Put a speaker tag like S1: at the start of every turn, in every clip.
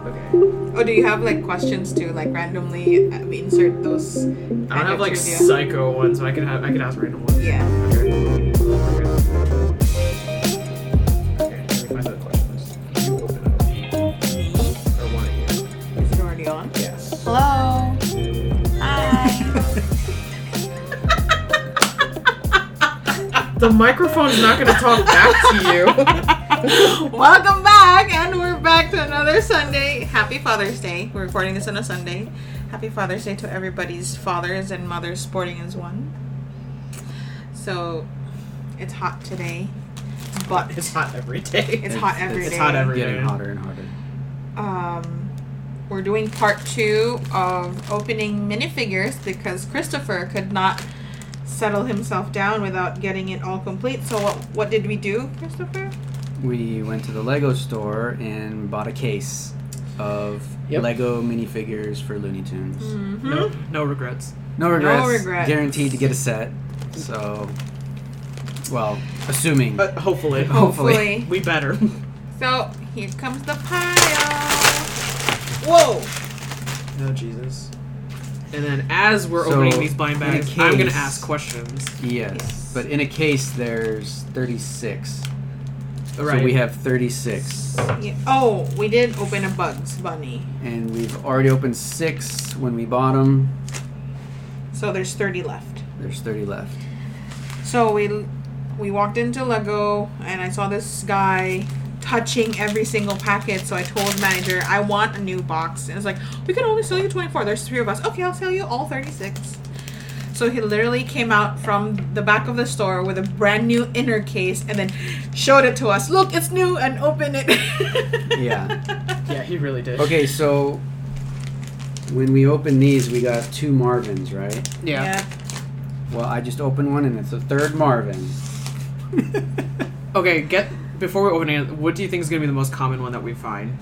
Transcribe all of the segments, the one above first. S1: Okay.
S2: Oh, do you have like questions too? Like randomly uh, we insert those.
S1: I don't have like
S2: trivia.
S1: psycho ones, so I can have I can ask random ones.
S2: Yeah.
S1: Okay. Okay, let me find that question list. You open up. Or one of you.
S2: Is it already on?
S1: Yes.
S3: Hello. Hi.
S1: The microphone's not gonna talk back to you.
S2: Welcome back, and we're back to another Sunday. Happy Father's Day. We're recording this on a Sunday. Happy Father's Day to everybody's fathers and mothers sporting as one. So, it's hot today, but
S1: It's hot every day.
S2: It's hot every
S1: It's
S2: day.
S1: hot every day.
S4: Getting hotter and hotter.
S2: um, we're doing part two of opening minifigures because Christopher could not settle himself down without getting it all complete. So what what did we do, Christopher?
S4: We went to the Lego store and bought a case of
S1: Yep.
S4: Lego minifigures for Looney Tunes.
S2: Mm-hmm.
S1: No, no regrets.
S4: No regrets.
S2: regrets.
S4: Guaranteed to get a set. So, well, assuming.
S1: But hopefully.
S4: Hopefully.
S2: Hopefully.
S1: Oh. We better.
S2: So here comes the pile. Whoa!
S1: Oh Jesus. And then as we're
S4: So,
S1: opening these blind
S4: in a
S1: bags, I'm gonna
S4: case-
S1: ask questions.
S4: yes.
S2: Yes.
S4: But in a case, there's 36.
S1: Right.
S4: So we have 36.
S2: Yeah. Oh, we did open a Bugs Bunny.
S4: And we've already opened six when we bought them.
S2: So there's 30 left.
S4: There's 30 left.
S2: So we we walked into Lego and I saw this guy touching every single packet. So I told manager I want a new box. And it's like we can only sell you 24. There's three of us. Okay, I'll sell you all 36. So he literally came out from the back of the store with a brand new inner case and then showed it to us. Look, it's new and open it.
S4: Yeah.
S1: Yeah, he really did.
S4: Okay, so when we opened these, we got two Marvins, right?
S1: Yeah.
S2: yeah.
S4: Well, I just opened one and it's the third Marvin.
S1: Okay, get before we open it, what do you think is gonna be the most common one that we find?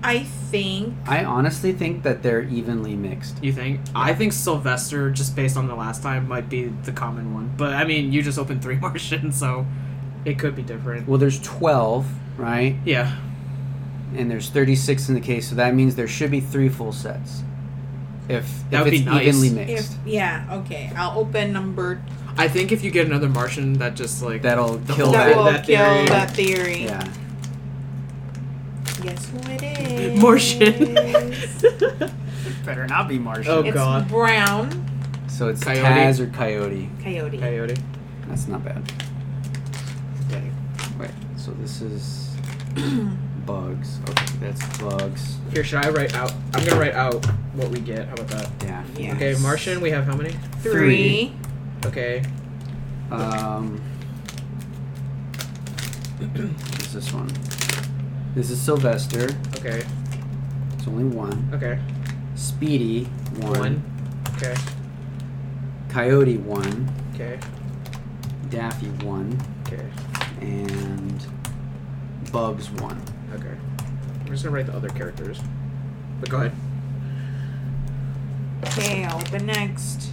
S2: I think
S4: I honestly think that they're evenly mixed.
S1: You think? I think Sylvester, just based on the last time, might be the common one. But I mean, you just opened three Martians, so it could be different.
S4: Well, there's 12, right?
S1: Yeah.
S4: And there's 36 in the case, so that means there should be three full sets. If,
S1: That
S4: if
S1: would be
S4: it's
S1: nice.
S4: evenly
S2: if
S4: mixed,
S2: yeah, okay. I'll open number
S1: I think if you get another Martian, that just like
S4: that'll
S1: The
S4: kill
S1: whole-
S2: that
S1: that-
S2: will
S1: that
S4: that.
S2: kill
S1: theory.
S2: that theory.
S4: Yeah.
S2: Guess who it is?
S1: Martian.
S2: it's
S4: Better not be Martian.
S1: Oh, God.
S2: Brown
S4: So it's
S1: Coyote.
S4: Taz or Coyote.
S2: Coyote.
S1: Coyote.
S4: That's not bad. Right. So this is bugs. Okay, that's bugs.
S1: Here, should I write out? I'm gonna write out what we get. How about that?
S4: Yeah.
S2: Yeah.
S1: Okay, Martian. We have how many?
S2: Three.
S1: Okay.
S4: Um, what's this one? This is Sylvester.
S1: Okay.
S4: It's only one.
S1: Okay.
S4: Speedy, one.
S1: Okay.
S4: Coyote, one.
S1: Okay.
S4: Daffy, one.
S1: Okay.
S4: And Bugs, one.
S1: Okay. I'm just gonna write the other characters. But go ahead.
S2: Okay, I'll open next.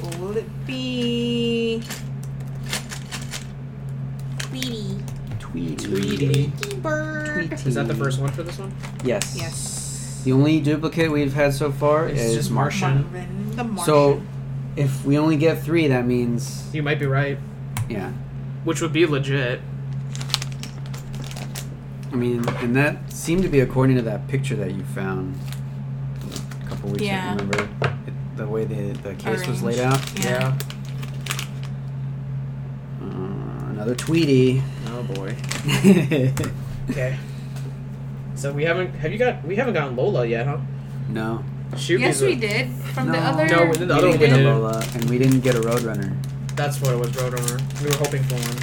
S2: What will it be? Tweety.
S4: Tweety.
S1: Tweety.
S2: Bird.
S4: Tweety.
S1: Is that the first one for this one?
S4: Yes.
S2: Yes.
S4: The only duplicate we've had so far
S1: It's
S4: is
S1: just
S4: Martian.
S1: Martian.
S2: Marvin the Martian.
S4: So, if we only get three, that means
S1: You might be right.
S4: yeah.
S1: Which would be legit.
S4: I mean, and that seemed to be according to that picture that you found a couple weeks
S2: Yeah.
S4: ago. Remember it, the way the the case was laid out.
S2: Arranged. Yeah.
S4: Uh, another Tweety.
S1: Oh boy.
S4: no,
S1: Okay. So we haven't have you got we haven't gotten Lola yet, huh? Shoot
S3: yes,
S1: me
S3: we
S1: the-
S3: did. From the
S4: No.
S3: other.
S1: No, we did the
S4: we
S1: other one we
S4: didn't get a
S1: did.
S4: Lola, and we didn't get a Roadrunner.
S1: That's what it was, Roadrunner. We were hoping for one.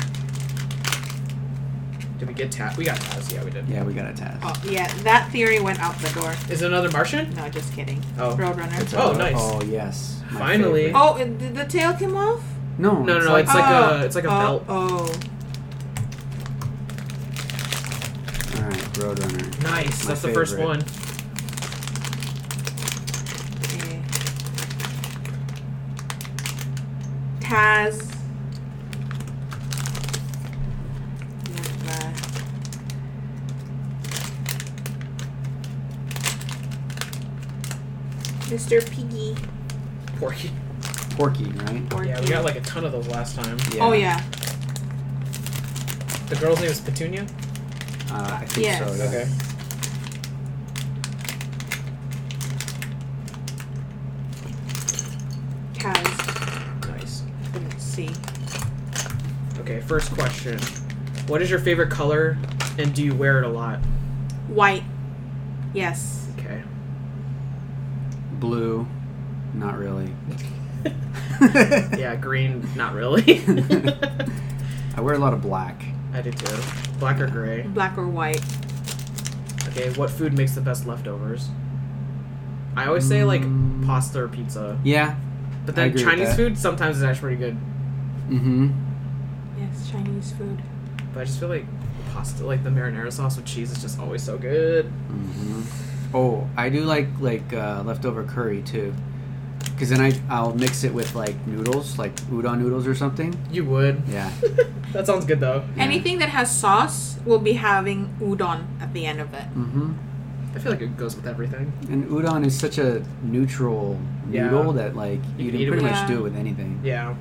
S1: Did we get Taz? We got Taz. Yeah, we did.
S4: Yeah, we got a Taz.
S2: Oh, yeah, that theory went out the door.
S1: Is it another Martian?
S2: No, just kidding.
S1: Oh.
S4: It's
S2: Roadrunner.
S4: a
S1: Oh,
S4: Ro-
S1: nice.
S4: Oh yes. my
S1: Finally.
S4: favorite.
S2: Oh, and did the tail come off?
S4: No,
S1: No, no, no,
S4: like,
S1: it's like-
S2: oh.
S1: a- it's like a
S2: oh,
S1: belt.
S2: Oh.
S4: all right, Roadrunner.
S1: Nice.
S4: My
S1: That's the first
S4: favorite.
S1: one.
S2: Okay. Taz. Lola. Mr. Piggy.
S1: Porky.
S4: Porky, right?
S2: Or
S1: Yeah, we
S2: Pig.
S1: got like a ton of those last time.
S2: Oh yeah.
S1: The girl's name is Petunia.
S4: Uh, I think so.
S2: Yes.
S4: Yeah.
S1: Okay.
S2: Cows.
S1: Nice.
S2: Let's see.
S1: Okay, first question. What is your favorite color and do you wear it a lot?
S2: White. Yes.
S1: Okay.
S4: Blue, not really.
S1: Yeah, green, not really.
S4: I wear a lot of black.
S1: I do too. Black or gray.
S2: Black or white.
S1: Okay, what food makes the best leftovers? I always say like
S4: Mm.
S1: pasta or pizza.
S4: Yeah.
S1: But
S4: I
S1: then
S4: agree with
S1: Chinese
S4: that.
S1: food sometimes is actually pretty good.
S4: Mm-hmm.
S2: Yes, Chinese food.
S1: But I just feel like pasta, like the marinara sauce with cheese, is just always so good.
S4: Mm-hmm. Oh, I do like like uh, leftover curry too, because then I I'll mix it with like noodles, like udon noodles or something.
S1: You would.
S4: Yeah.
S1: That sounds good though.
S4: Yeah.
S2: Anything that has sauce will be having udon at the end of it.
S4: Mm-hmm.
S1: I feel like it goes with everything.
S4: And udon is such a neutral
S1: Yeah.
S4: noodle that like you,
S1: You can eat
S4: can
S1: it
S4: pretty
S2: with-
S4: much
S2: Yeah.
S4: do it with anything.
S1: Yeah.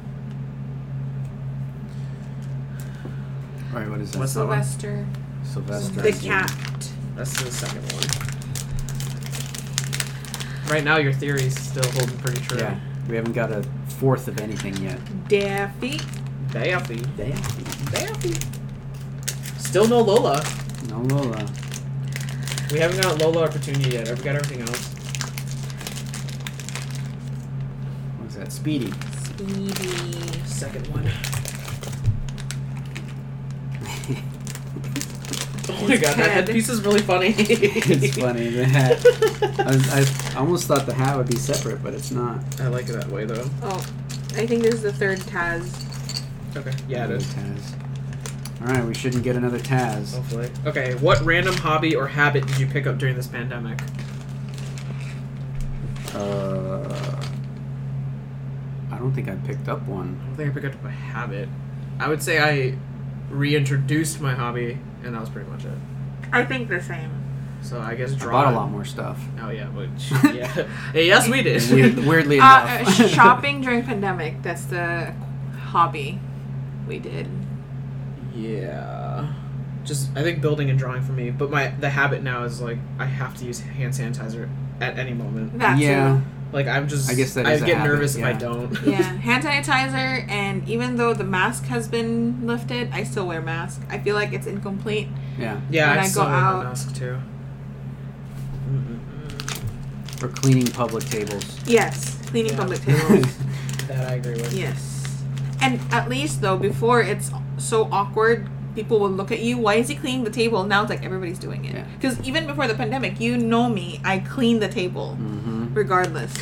S4: All right, what is that?
S1: What's that one?
S2: Sylvester.
S4: Sylvester.
S2: The cat.
S1: That's the second one. Right now, your theory is still holding pretty true.
S4: Yeah. We haven't got a fourth of anything yet.
S2: Daffy.
S1: Daffy. Daffy. Still no Lola.
S4: No uh, Lola.
S1: We haven't got Lola or Petunia yet. Have we got everything else?
S4: What is that? Speedy.
S2: Speedy.
S1: Second one. oh my god, that
S2: head.
S1: headpiece is really funny.
S4: it's funny. The hat. I, was- I almost thought the hat would be separate, but it's not.
S1: I like it that way though.
S2: Oh, I think this is the third Taz.
S1: Okay. Yeah, it
S4: Another
S1: is.
S4: Taz. All right, we shouldn't get another Taz.
S1: Hopefully. Okay, what random hobby or habit did you pick up during this pandemic?
S4: Uh, I don't think I picked up
S1: I
S4: one.
S1: don't think I picked up a habit. I would say I reintroduced my hobby, and that was pretty much it.
S2: I think the same.
S1: So I guess
S4: I
S1: drawing.
S4: bought a lot more stuff.
S1: Oh yeah, which yeah, Hey, yes we did.
S4: Weird, weirdly
S2: Uh, uh,
S4: enough.
S2: shopping during pandemic. That's the hobby we did.
S1: Yeah, just I think building and drawing for me. But my the habit now is like I have to use hand sanitizer at any moment.
S2: That
S4: yeah,
S2: too.
S1: Like I'm just
S4: I guess that
S1: I
S4: is a
S1: get
S4: habit,
S1: nervous
S4: yeah.
S1: if I don't.
S2: Yeah. Hand sanitizer, and even though the mask has been lifted, I still wear mask. I feel like it's incomplete.
S4: yeah.
S1: yeah,
S2: When I
S1: I,
S2: go
S1: still wear my
S2: out-
S1: mask too. Mm-mm-mm.
S4: For cleaning public tables.
S2: Yes. Cleaning
S1: Yeah.
S2: public tables.
S1: That I agree with.
S2: yes. And at least though, before it's so awkward. People will look at you. Why is he cleaning the table? Now it's like everybody's doing
S4: Yeah.
S2: it. Because even before the pandemic, you know me. I clean the table.
S4: mm-hmm.
S2: regardless.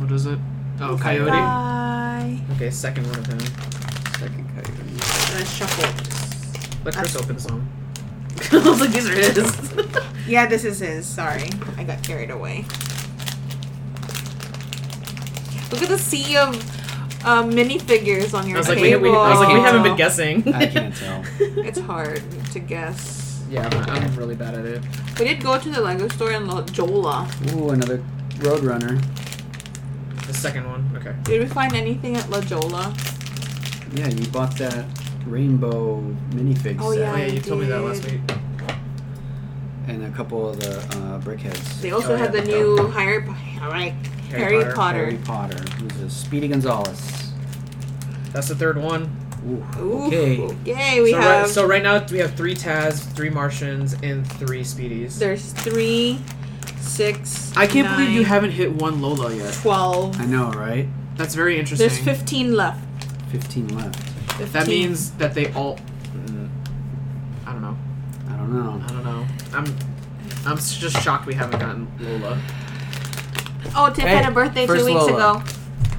S1: What is it? Oh, coyote.
S2: Bye.
S1: Okay, second one of him.
S4: Second cut.
S2: The shuffle.
S1: Let Chris open his own. Uh, I was like, these are his.
S2: Yeah, this is his. Sorry, I got carried away. Look at the sea of uh, minifigures on
S1: I
S2: your
S1: was like, we,
S2: table.
S1: we, I was like, we
S4: Table.
S1: haven't been guessing.
S4: I can't tell.
S2: It's hard to guess.
S1: yeah, I'm, I'm really bad at it.
S2: We did go to the Lego store in Lo- Jola.
S4: Ooh, another Roadrunner.
S1: The second one. Okay.
S2: Did we find anything at La Jolla?
S4: Yeah, you bought that rainbow minifig
S2: Oh,
S4: set
S1: Oh, yeah,
S2: I
S1: you told me that last
S2: did.
S1: week.
S4: and a couple of the uh, brickheads.
S2: They also
S1: Oh,
S2: had
S1: yeah.
S2: the new Harry, Po- all right, Harry,
S1: Harry Potter.
S4: Harry
S2: Potter.
S4: Potter, who's a Speedy Gonzalez.
S1: That's the third one.
S4: Ooh,
S2: Ooh,
S4: okay.
S2: okay, we
S1: so,
S2: have.
S1: right, so right now we have three Taz, three Martians, and three Speedies.
S2: There's three, six.
S5: I can't believe you
S2: nine,
S5: haven't hit one Lola yet.
S2: twelve.
S4: I know, right?
S5: That's very interesting.
S2: There's fifteen left.
S4: Fifteen left.
S2: 15.
S5: That means that they all. Mm, I don't know.
S4: I don't know.
S5: I don't know. I'm. I'm s- just shocked we haven't gotten Lola.
S2: Oh, Tiff
S4: Hey,
S2: had a birthday two
S4: first
S2: weeks
S4: Lola.
S2: ago.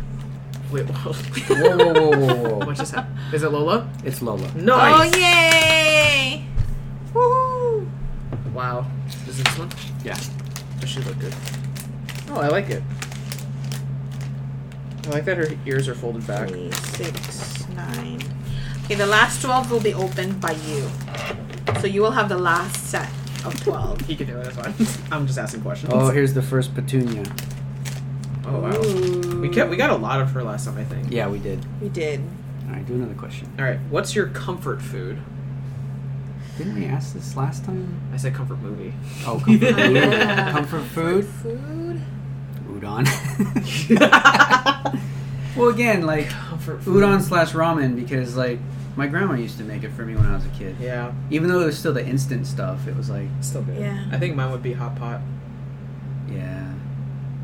S1: Wait, whoa.
S4: Whoa, whoa, whoa, whoa, whoa!
S5: What just happened? Is it Lola?
S4: It's Lola.
S1: Nice.
S2: Oh yay! Woohoo!
S1: Wow. Is it this one?
S4: Yeah.
S1: Does she look good? Oh, I like it. I like that her ears are folded back.
S2: Three, six, nine. Okay, the last twelve will be opened by you, so you will have the last set. of 12.
S1: He can do it. That's fine. I'm just asking questions.
S4: Oh, here's the first petunia.
S1: Oh, wow. We kept. We got a lot of her last time, I think.
S4: Yeah, we did.
S2: We did.
S4: All right, do another question.
S1: All right. What's your comfort food?
S4: Didn't we ask this last time?
S1: I said comfort movie.
S4: Oh, comfort food.
S2: Yeah.
S4: comfort food.
S2: Food?
S4: Udon. well, again, like
S1: comfort
S4: udon slash ramen because like my grandma used to make it for me when I was a kid.
S1: Yeah.
S4: Even though it was still the instant stuff, it was like
S1: Still good.
S2: Yeah.
S1: I think mine would be hot pot
S4: yeah.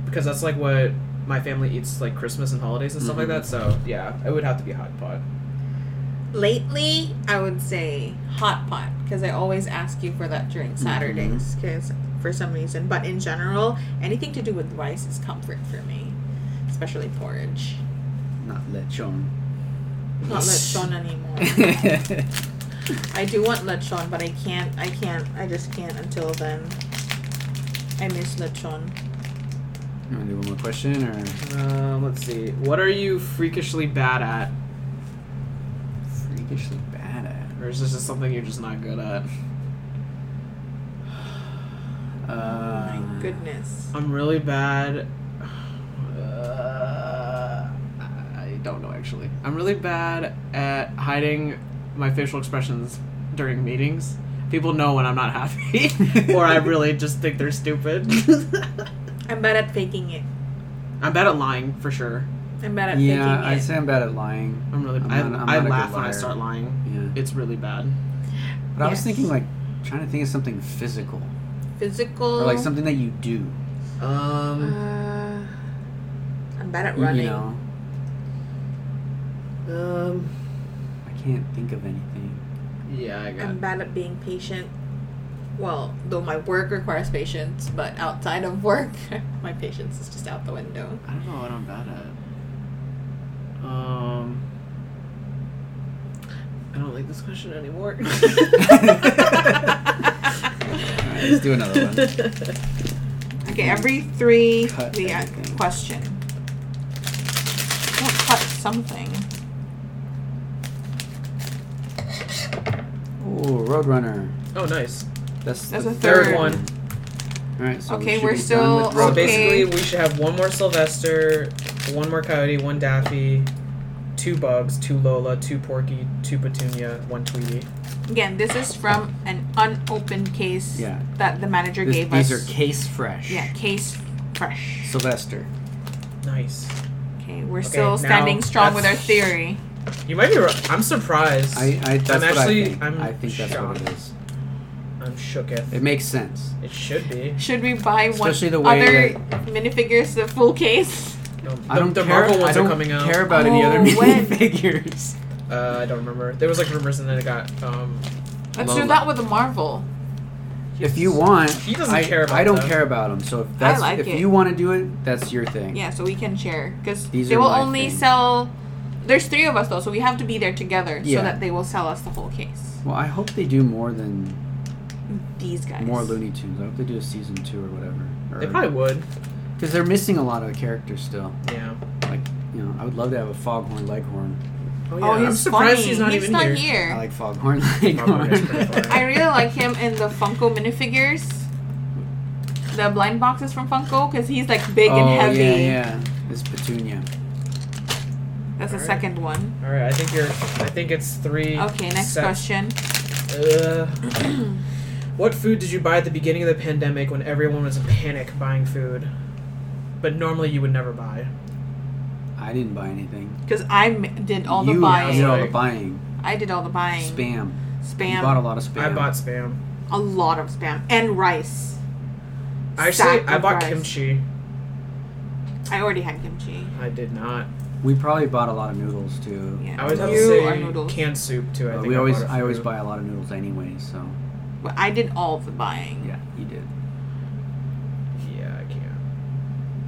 S1: because that's like what my family eats like Christmas and holidays and stuff
S4: Mhm.
S1: like that. So yeah, it would have to be hot pot.
S2: Lately, I would say hot pot because I always ask you for that during Saturdays because for some reason. But in general, anything to do with rice is comfort for me, especially porridge.
S4: Not lechon.
S2: Not lechon anymore. I do want lechon, but I can't. I can't. I just can't until then. I miss lechon.
S4: You want to do one more question or?
S1: Um, let's see. What are you freakishly bad at,
S4: Freakishly bad at.
S1: or is this just something you're just not good at?
S4: Uh,
S2: Oh My goodness.
S1: I'm really bad. Uh, I don't know actually. I'm really bad at hiding my facial expressions during meetings. People know when I'm not happy, or I really just think they're stupid.
S2: I'm bad at faking it.
S1: I'm bad at lying for sure.
S2: I'm bad at
S4: Yeah,
S2: faking
S4: I
S2: it.
S4: say I'm bad at lying.
S1: I'm really.
S4: I'm
S1: i
S4: not- I'm
S1: I
S4: not a good
S1: laugh when I
S4: liar.
S1: start lying.
S4: Yeah.
S1: It's really bad.
S4: But I was
S2: Yes.
S4: thinking like trying to think of something physical
S2: Physical.
S4: or like something that you do.
S2: Uh,
S1: Um,
S2: I'm bad at
S4: You-
S2: running.
S4: You know,
S1: um.
S4: I can't think of anything.
S1: Yeah, I got.
S2: I'm bad at being patient. Well, though my work requires patience, but outside of work, my patience is just out the window.
S1: I don't know what I'm bad at. Um, I don't like this question anymore.
S4: Alright, let's do another one.
S2: Okay, every three
S4: Cut
S2: we ask
S4: everything.
S2: question. Don't cut something.
S4: Ooh, Roadrunner.
S1: oh, nice.
S4: That's,
S2: That's
S4: the
S2: a
S1: Third,
S2: Third.
S1: one.
S4: All right. So we
S2: Okay,
S4: should
S2: we're
S4: be done
S2: still-
S4: with
S1: So
S4: Roadrunner.
S1: basically, we should have one more Sylvester, one more Coyote, one Daffy, two Bugs, two Lola, two Porky, two Petunia, one Tweety.
S2: Again, this is from an unopened case
S4: Yeah.
S2: that the manager
S4: This-
S2: gave
S4: these
S2: us.
S4: are case fresh.
S2: yeah, case fresh.
S4: Sylvester.
S1: Nice.
S2: Okay, we're
S1: Okay,
S2: still standing
S1: now
S2: strong with our
S1: that's-
S2: theory.
S1: You might be right. I'm surprised.
S4: I, I that's what
S1: actually-
S4: I think.
S1: I'm
S4: I think that's what it
S1: shocked.
S4: is.
S1: I'm shooketh.
S4: It makes sense.
S1: It should be.
S2: Should we buy one
S4: Especially the way
S2: other minifigures the full case?
S1: No,
S4: I don't
S1: the
S4: care.
S1: Marvel
S4: I
S1: ones
S4: don't
S1: are coming out.
S4: care about any
S2: Oh,
S4: other
S2: when?
S4: minifigures.
S1: Uh, I don't remember. There was like rumors, and then it got. Um,
S2: Let's
S4: Lola.
S2: do that with a Marvel.
S4: If you want,
S1: He doesn't
S4: I,
S1: care about
S4: I don't
S1: them.
S4: care about them. So if that's
S2: like
S4: if
S2: it.
S4: you want to do it, that's your thing.
S2: Yeah, so we can share because
S4: These
S2: they
S4: are
S2: will
S4: my
S2: only
S4: thing.
S2: sell. There's three of us though, so we have to be there together
S4: Yeah.
S2: so that they will sell us the whole case.
S4: Well, I hope they do more than
S2: These guys.
S4: more Looney Tunes. I hope they do a season two or whatever.
S1: they probably would.
S4: because they're missing a lot of characters still.
S1: Yeah.
S4: Like you know, I would love to have a Foghorn Leghorn.
S1: Oh,
S2: Oh, he's
S1: I'm surprised
S2: funny.
S1: he's not even here.
S4: I like Foghorn Leghorn.
S1: Probably is pretty funny.
S2: I really like him in the Funko minifigures. The blind boxes from Funko because he's like big
S4: oh
S2: and heavy.
S4: yeah, yeah. It's Petunia.
S2: That's the
S1: Alright.
S2: second one.
S1: All right, I think you're. I think it's three.
S2: Okay, next
S1: sets.
S2: question.
S1: Uh, what food did you buy at the beginning of the pandemic when everyone was in panic buying food? But normally you would never buy.
S4: I didn't buy anything.
S2: Because I m- did all the
S4: you
S2: buying.
S4: did all the
S1: Like-
S4: buying.
S2: I did all the buying.
S4: Spam. You
S2: Spam.
S4: bought a lot of spam.
S1: I bought spam.
S2: a lot of spam and rice.
S1: Actually,
S2: Sack
S1: I
S2: of
S1: bought
S2: rice.
S1: kimchi.
S2: I already had kimchi.
S1: I did not.
S4: We probably bought a lot of noodles too.
S2: Yeah.
S1: I always have
S2: You are
S1: to
S2: noodles.
S1: say canned soup too. I
S4: Uh,
S1: think
S4: we
S1: I
S4: always
S1: bought a
S4: I always
S1: few.
S4: buy a lot of noodles anyway, so
S2: But I did all the buying.
S4: yeah, you did.
S1: Yeah, I can't.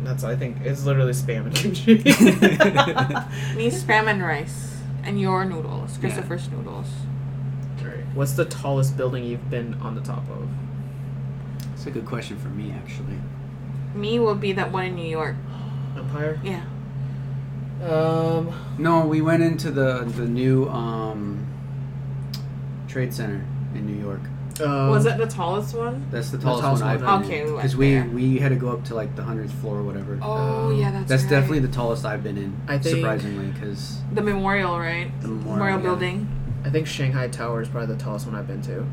S1: That's I think it's literally spam and kimchi.
S2: Me spam and rice and your noodles, Christopher's noodles.
S1: Alright, What's the tallest building you've been on the top of?
S4: It's a good question for me actually.
S2: Me will be that one in New York.
S1: Empire?
S2: Yeah.
S1: Um.
S4: No, we went into the the new um, trade center in New York.
S1: Um,
S2: Was it the tallest one?
S4: That's the
S1: The
S4: tallest
S1: tallest
S4: one I've
S1: one
S2: I've
S4: been
S2: been
S4: in.
S2: in. Okay,
S4: Because
S2: we
S4: we,
S2: went
S4: we had to go up to like the 100th floor or whatever.
S2: Oh
S1: Um,
S2: yeah, that's
S4: That's
S2: right.
S4: definitely the tallest I've been in,
S1: I think-
S4: surprisingly, because
S2: the memorial, right?
S4: the memorial,
S2: Memorial
S4: yeah.
S2: building.
S1: I think Shanghai Tower is probably the tallest one I've been to.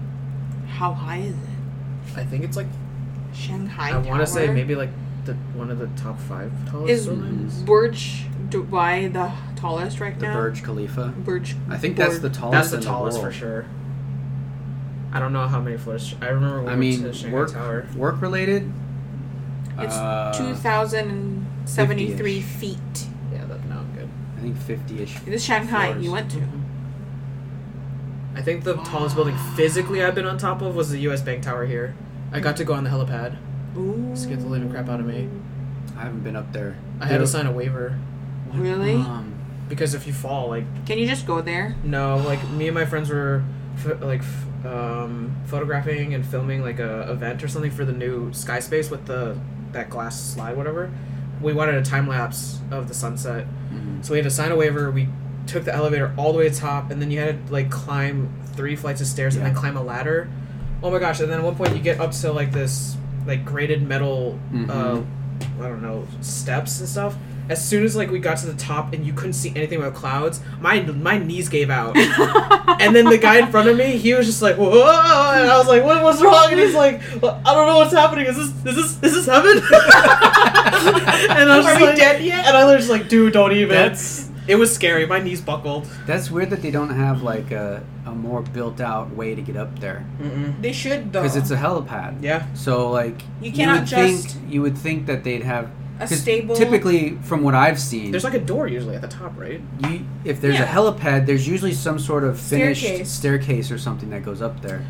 S2: How high is it?
S1: I think it's like
S2: Shanghai.
S1: I, want to say
S2: Tower?
S1: maybe like the one of the top five tallest
S2: Is-
S1: buildings.
S2: Burj Dubai the tallest right
S4: The
S2: now.
S4: Burj Khalifa.
S2: Burj.
S4: I think
S2: Burj-
S4: that's the tallest.
S1: That's the
S4: in
S1: tallest
S4: the
S1: for
S4: world.
S1: sure. I don't know how many floors. I remember. We
S4: I
S1: went
S4: mean,
S1: to Shanghai
S4: work
S1: Tower.
S4: work related.
S2: It's
S4: uh,
S2: 2,073
S4: 50-ish.
S2: feet.
S1: Yeah, that no good.
S4: I think fifty-ish.
S2: This is Shanghai
S4: Floors.
S2: you went to.
S1: I think the tallest building physically I've been on top of was the U.S. Bank Tower here. I got to go on the helipad.
S2: Ooh.
S1: Scared the living crap out of me.
S4: I haven't been up there.
S1: I had to
S4: Dude,
S1: sign a waiver
S4: what,
S2: Really?
S4: um,
S1: because if you fall, like
S2: Can you just go there?
S1: no, like me and my friends were ph like f- um, photographing and filming like a event or something for the new sky space with the that glass slide, whatever. We wanted a time lapse of the sunset,
S4: mhm.
S1: So we had to sign a waiver. We took the elevator all the way to the top, and then you had to like climb three flights of stairs and then
S4: Yeah.
S1: climb a ladder. Oh my gosh! And then at one point you get up to like this like grated metal, uh,
S4: Mhm.
S1: I don't know, steps and stuff. As soon as like we got to the top and you couldn't see anything about clouds, my my knees gave out. and then the guy in front of me, he was just like, "Whoa!" And I was like, what, "What's wrong?" And he's like, well, "I don't know what's happening. Is this is this is this heaven?" and I was
S4: Are
S1: just
S4: we
S1: like, "Dead yet?" And I was just like, "Dude, don't even."
S4: That's-
S1: It was scary. My knees buckled.
S4: That's weird that they don't have like a, a more built out way to get up there
S1: Mm-mm.
S2: They should though.
S4: because it's a helipad.
S1: Yeah.
S4: So like
S2: You cannot
S4: would
S2: just-
S4: think you would think that they'd have
S2: a
S4: 'cause
S2: stable.
S4: Typically, from what I've seen,
S1: There's like a door usually at the top, right?
S4: you, if there's a
S2: Yeah.
S4: helipad, there's usually some sort of finished
S2: Staircase.
S4: staircase, or something that goes up there.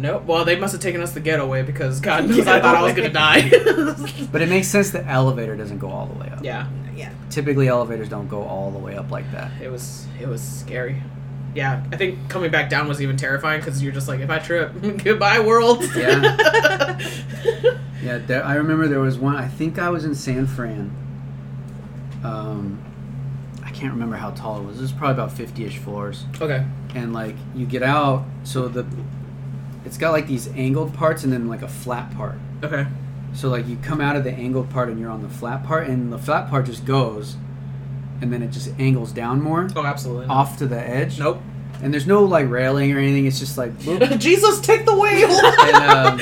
S1: Nope. Well, they must have taken us the ghetto way because God knows I thought I was gonna die.
S4: But it makes sense the elevator doesn't go all the way up.
S1: yeah.
S2: Yeah.
S4: Typically, elevators don't go all the way up like that.
S1: It was it was scary. Yeah, I think coming back down was even terrifying because you're just like, if I trip, goodbye world.
S4: Yeah. Yeah, there, I remember there was one. I think I was in San Fran. Um, I can't remember how tall it was. It was probably about fifty-ish floors,
S1: okay.
S4: and like you get out, so the it's got like these angled parts and then like a flat part.
S1: Okay.
S4: So like you come out of the angled part and you're on the flat part, and the flat part just goes, and then it just angles down more
S1: Oh, absolutely. not.
S4: off to the edge.
S1: Nope.
S4: And there's no like railing or anything. It's just like. boop. um,
S1: Jesus, take the wheel.
S4: And, um,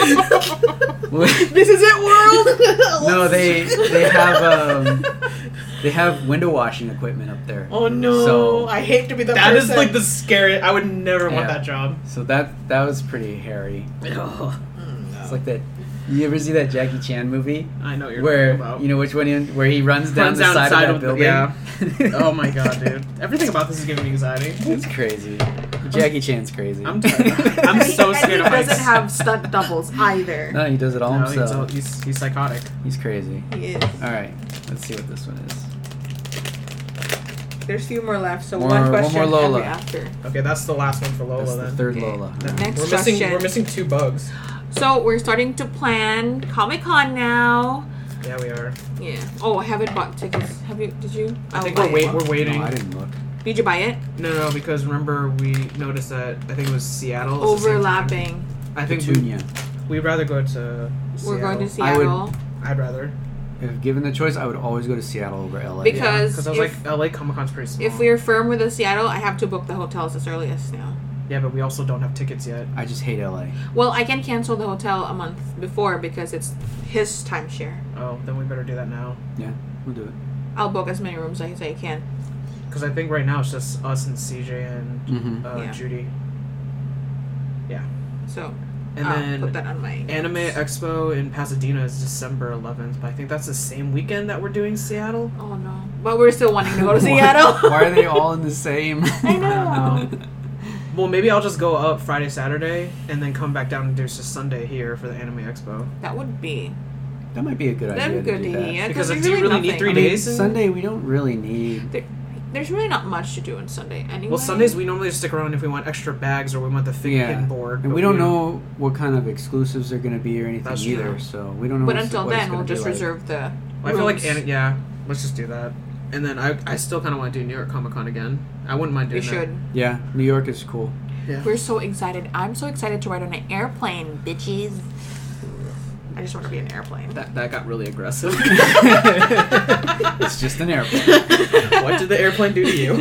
S1: this is it, world.
S4: no, they they have um, they have window washing equipment up there.
S1: Oh no!
S4: So-
S1: I hate to be that. That is like the scariest. I would never want
S4: Yeah.
S1: that job.
S4: So that that was pretty hairy. It's like that. You ever see that Jackie Chan movie
S1: I know what you're
S4: where
S1: talking about.
S4: you know which one? He, where he runs down
S1: Runs
S4: the
S1: down
S4: side,
S1: side
S4: of
S1: of the-
S4: that building.
S1: yeah. oh my god, dude! Everything about this is giving me anxiety.
S4: It's crazy. Jackie Chan's crazy.
S1: I'm tired. I'm so
S2: And he
S1: scared of heights.
S2: doesn't have stunt doubles either.
S4: No, he does it all
S1: No, he's, all-
S4: himself.
S1: he's, he's psychotic.
S4: He's crazy.
S2: He is.
S4: All right, let's see what this one is.
S2: There's few more left, so
S4: More-
S2: one
S4: one more
S2: question
S4: Lola.
S2: every after.
S1: Okay, that's the last one for Lola
S4: That's the
S1: then.
S4: third Lola.
S2: Next
S1: we're
S2: question.
S1: missing we're missing two bugs.
S2: So we're starting to plan Comic Con now.
S1: Yeah, we are.
S2: Yeah. Oh, I haven't bought tickets. Have you? Did you?
S1: I
S2: Oh,
S1: think
S2: buy
S1: we're,
S2: it.
S1: wait, we're waiting.
S4: No, I didn't look.
S2: Did you buy it?
S1: No, no, because remember we noticed that I think it was Seattle. is the same time.
S2: Overlapping.
S1: I think we,
S4: Petunia.
S1: we'd rather go to.
S2: We're going to
S1: Seattle.
S4: I would-
S2: Seattle
S1: I'd rather
S4: If given the choice, I would always go to Seattle over LA.
S2: because
S1: because I was
S2: if,
S1: like LA Comic Con's pretty small.
S2: if we're firm with the Seattle, I have to book the hotels as early as now.
S1: yeah, but we also don't have tickets yet.
S4: I just hate LA.
S2: Well, I can cancel the hotel a month before because it's his timeshare.
S1: Oh, then we better do that now
S4: Yeah, we'll do it.
S2: I'll book as many rooms as I can.
S1: because I think right now it's just us and CJ and
S4: Mm-hmm.
S1: uh,
S2: Yeah.
S1: Judy.
S2: So
S1: And
S2: I'll
S1: then
S2: Ah, put that on my
S1: Anime Expo in Pasadena is December 11th, but I think that's the same weekend that we're doing Seattle.
S2: Oh no! But we're still wanting to go to Seattle.
S4: Why are they all in the same?
S2: I know.
S1: Well, maybe I'll just go up Friday, Saturday, and then come back down and do just Sunday here for the Anime Expo.
S2: That would be
S4: that might be a good
S2: that'd
S4: idea.
S2: be good
S4: to
S2: to
S4: do that.
S2: hear.
S1: Because
S2: there's
S1: do you really need
S2: nothing.
S1: three
S4: I mean,
S1: days in-
S4: Sunday we don't really need.
S2: There's really not much to do on Sunday anyway.
S1: Well, Sundays we normally stick around if we want extra bags or we want the thing
S4: Yeah.
S1: hidden board.
S4: And
S1: but
S4: we don't know what kind of exclusives are going to be or anything
S1: That's
S4: either,
S1: true.
S4: so we don't know.
S2: But
S4: what's-
S2: until
S4: what it's
S2: then, we'll
S4: gonna be
S2: just
S4: like.
S2: reserve the.
S1: I feel like
S2: rooms.
S1: an- yeah, let's just do that. And uh, then I, I still kind of want to do New York Comic Con again. I wouldn't mind
S2: We
S1: doing that.
S2: should.
S4: Yeah, New York is cool. Yeah.
S2: We're so excited. I'm so excited to ride on an airplane, bitches. I just want to be an airplane.
S1: That, that got really aggressive.
S4: it's just an airplane.
S1: what did the airplane do to you?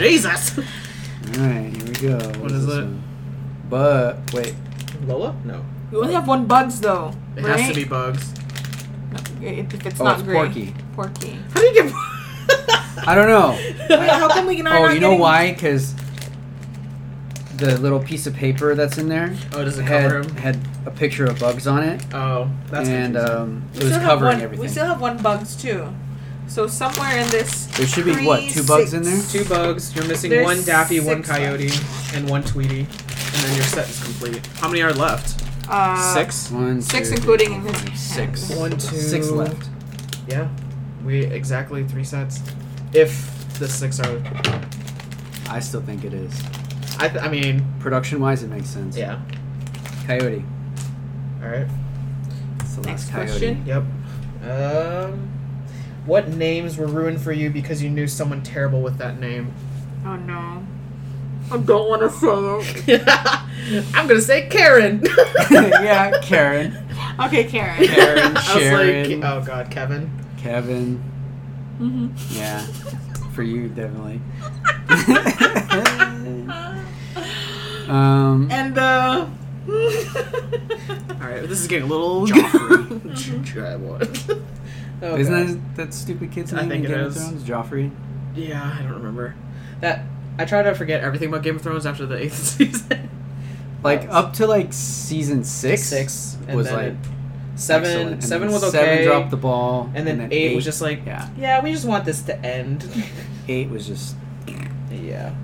S1: Jesus.
S4: All right, here we go. What
S1: is
S4: this
S1: it?
S4: one? But wait,
S1: Lola? No.
S2: We only have one bugs though.
S1: It
S2: right?
S1: has to be bugs.
S2: No, it- if it's
S4: Oh,
S2: not
S4: it's
S2: gray.
S4: Porky.
S2: Porky.
S1: How do you get?
S4: I don't know.
S2: How come we can
S4: oh, you know why? Because the little piece of paper that's in there
S1: oh, does it
S4: had,
S1: cover him?
S4: had a picture of bugs on it,
S1: Oh, that's
S4: and
S1: confusing.
S4: um, it was covering everything.
S2: We still have one bugs too. So somewhere in this.
S4: There should be, what, two bugs in there?
S1: Two bugs. You're missing
S2: There's
S1: one Daffy, one
S2: six bugs.
S1: Coyote, and one Tweety, and then your set is complete. How many are left?
S2: Uh,
S1: Six.
S4: One,
S2: Six,
S4: two,
S2: including
S4: three, four, six.
S1: One, two.
S4: Six left.
S1: Yeah, we exactly three sets. If the six are,
S4: I still think it is.
S1: I, th- I mean,
S4: Production wise, it makes sense.
S1: yeah.
S4: Coyote.
S1: All right.
S4: It's the
S2: Next
S4: last coyote.
S2: question.
S1: Yep. Um, what names were ruined for you because you knew someone terrible with that name?
S2: Oh no.
S1: I don't want to say it. I'm gonna say Karen.
S4: yeah, Karen.
S2: Okay, Karen.
S4: Karen,
S1: I was
S4: Sharon,
S1: like, oh god, Kevin.
S4: Kevin.
S2: hmm
S4: Yeah, for you definitely. um,
S1: And uh.
S2: Mm-hmm.
S1: All right, this is getting a little. Mm-hmm. Joffrey. okay.
S4: Isn't that that stupid kid's
S1: I
S4: name
S1: think
S4: in
S1: it
S4: Game of
S1: is.
S4: Thrones? Joffrey.
S1: Yeah, I don't remember. That I try to forget everything about Game of Thrones after the eighth season.
S4: Like
S1: Yes.
S4: up to like season six.
S1: Six and
S4: was
S1: then
S4: like
S1: it- Seven.
S4: excellent, and
S1: Seven
S4: then
S1: was okay.
S4: Seven dropped the ball,
S1: and then, eight, was just like,
S4: yeah.
S1: yeah, we just want this to end.
S4: Eight was just
S1: yeah.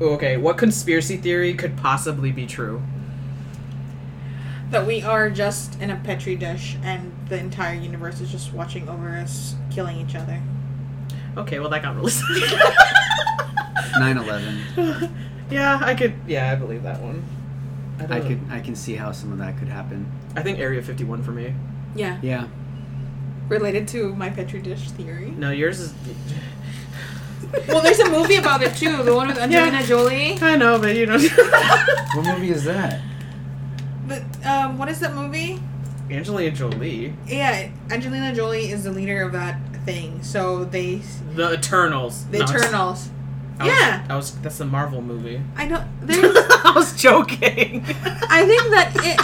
S1: Ooh, okay, what conspiracy theory could possibly be true?
S2: That we are just in a petri dish and the entire universe is just watching over us, killing each other.
S1: Okay, well that got really.
S4: 9-11.
S1: yeah, I could. Yeah, I believe that one. don't
S4: I
S1: know.
S4: could I can see how some of that could happen.
S1: I think Area 51 for me.
S2: Yeah.
S4: Yeah.
S2: Related to my petri dish theory.
S1: No, yours is.
S2: Well, there's a movie about it too. The one with Angelina Jolie.
S1: I know, but you know.
S4: What movie is that?
S2: But um, what is that movie?
S1: Angelina Jolie,
S2: Yeah, Angelina Jolie is the leader of that thing. So they,
S1: The Eternals.
S2: the
S1: No, it's-
S2: Eternals.
S1: I was-
S2: Yeah.
S1: I was. That's a Marvel movie.
S2: I know. There's.
S1: I was joking.
S2: I think that it,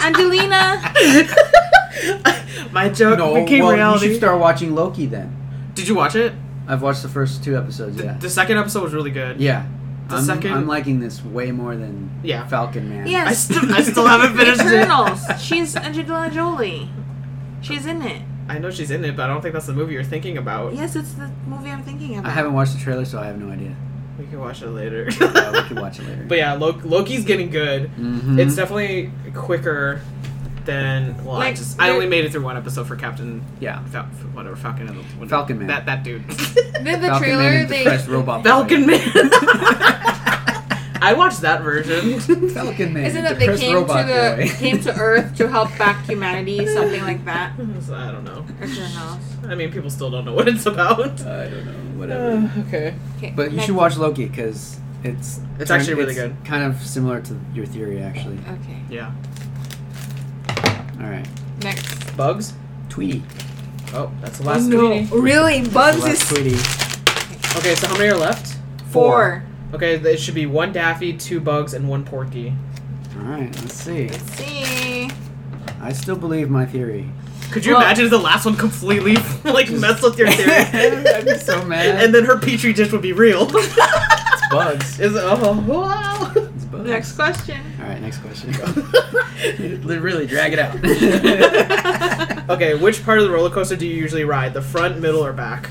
S2: Angelina.
S1: My joke became
S4: well, you
S1: reality.
S4: should start watching Loki then.
S1: Did you watch it?
S4: I've watched the first two episodes.
S1: The,
S4: Yeah.
S1: the second episode was really good.
S4: yeah.
S1: the
S4: I'm,
S1: second-
S4: I'm liking this way more than
S1: Yeah.
S4: Falcon Man.
S2: Yeah.
S1: I still, I still haven't finished it.
S2: Eternals. She's Angelina Jolie. She's in it.
S1: I know she's in it, but I don't think that's the movie you're thinking about.
S2: Yes, it's the movie I'm thinking about.
S4: I haven't watched the trailer, so I have no idea.
S1: We can watch it later.
S4: Yeah, we can watch it later.
S1: But yeah, Lo- Loki's getting good.
S4: Mhm.
S1: It's definitely quicker than well. I
S2: Like,
S1: just I
S2: there-
S1: only made it through one episode for Captain
S4: yeah.
S1: Fal- whatever Falcon and the whatever-
S4: Falcon Man.
S1: That that dude.
S2: In the
S4: Falcon Man
S2: trailer,
S4: and
S2: they
S4: depressed robot.
S1: Falcon
S4: boy.
S1: Man. I watched that version.
S4: Falcon Man.
S2: isn't that they
S4: depressed
S2: came to
S4: robot
S2: the
S4: boy.
S2: came to Earth to help back humanity, something like that.
S1: So I don't know.
S2: Eternals.
S1: I mean, people still don't know what it's about.
S4: I don't know. Whatever.
S1: Uh, okay.
S2: Okay,
S4: But you
S2: next-
S4: should watch Loki because it's
S1: It's actually really good.
S4: Kind of similar to your theory, actually.
S2: Okay,
S1: Yeah.
S4: All right,
S2: next.
S1: Bugs.
S4: Tweety.
S1: Oh, that's the last Tweety.
S2: Really, Bugs
S4: Last
S2: is
S4: Tweety.
S1: Okay, so how many are left?
S2: four.
S1: Okay, it should be one Daffy, two Bugs, and one Porky.
S4: All right, let's see.
S2: Let's see.
S4: I still believe my theory.
S1: Could you
S2: Well-
S1: imagine if the last one completely like messed with your theory?
S4: I'd be so mad.
S1: and then her petri dish would be real.
S4: it's bugs.
S1: Is oh wow.
S4: It's bugs.
S2: Next question.
S4: All right, next question. really drag it out.
S1: okay, which part of the roller coaster do you usually ride? The front, middle, or back?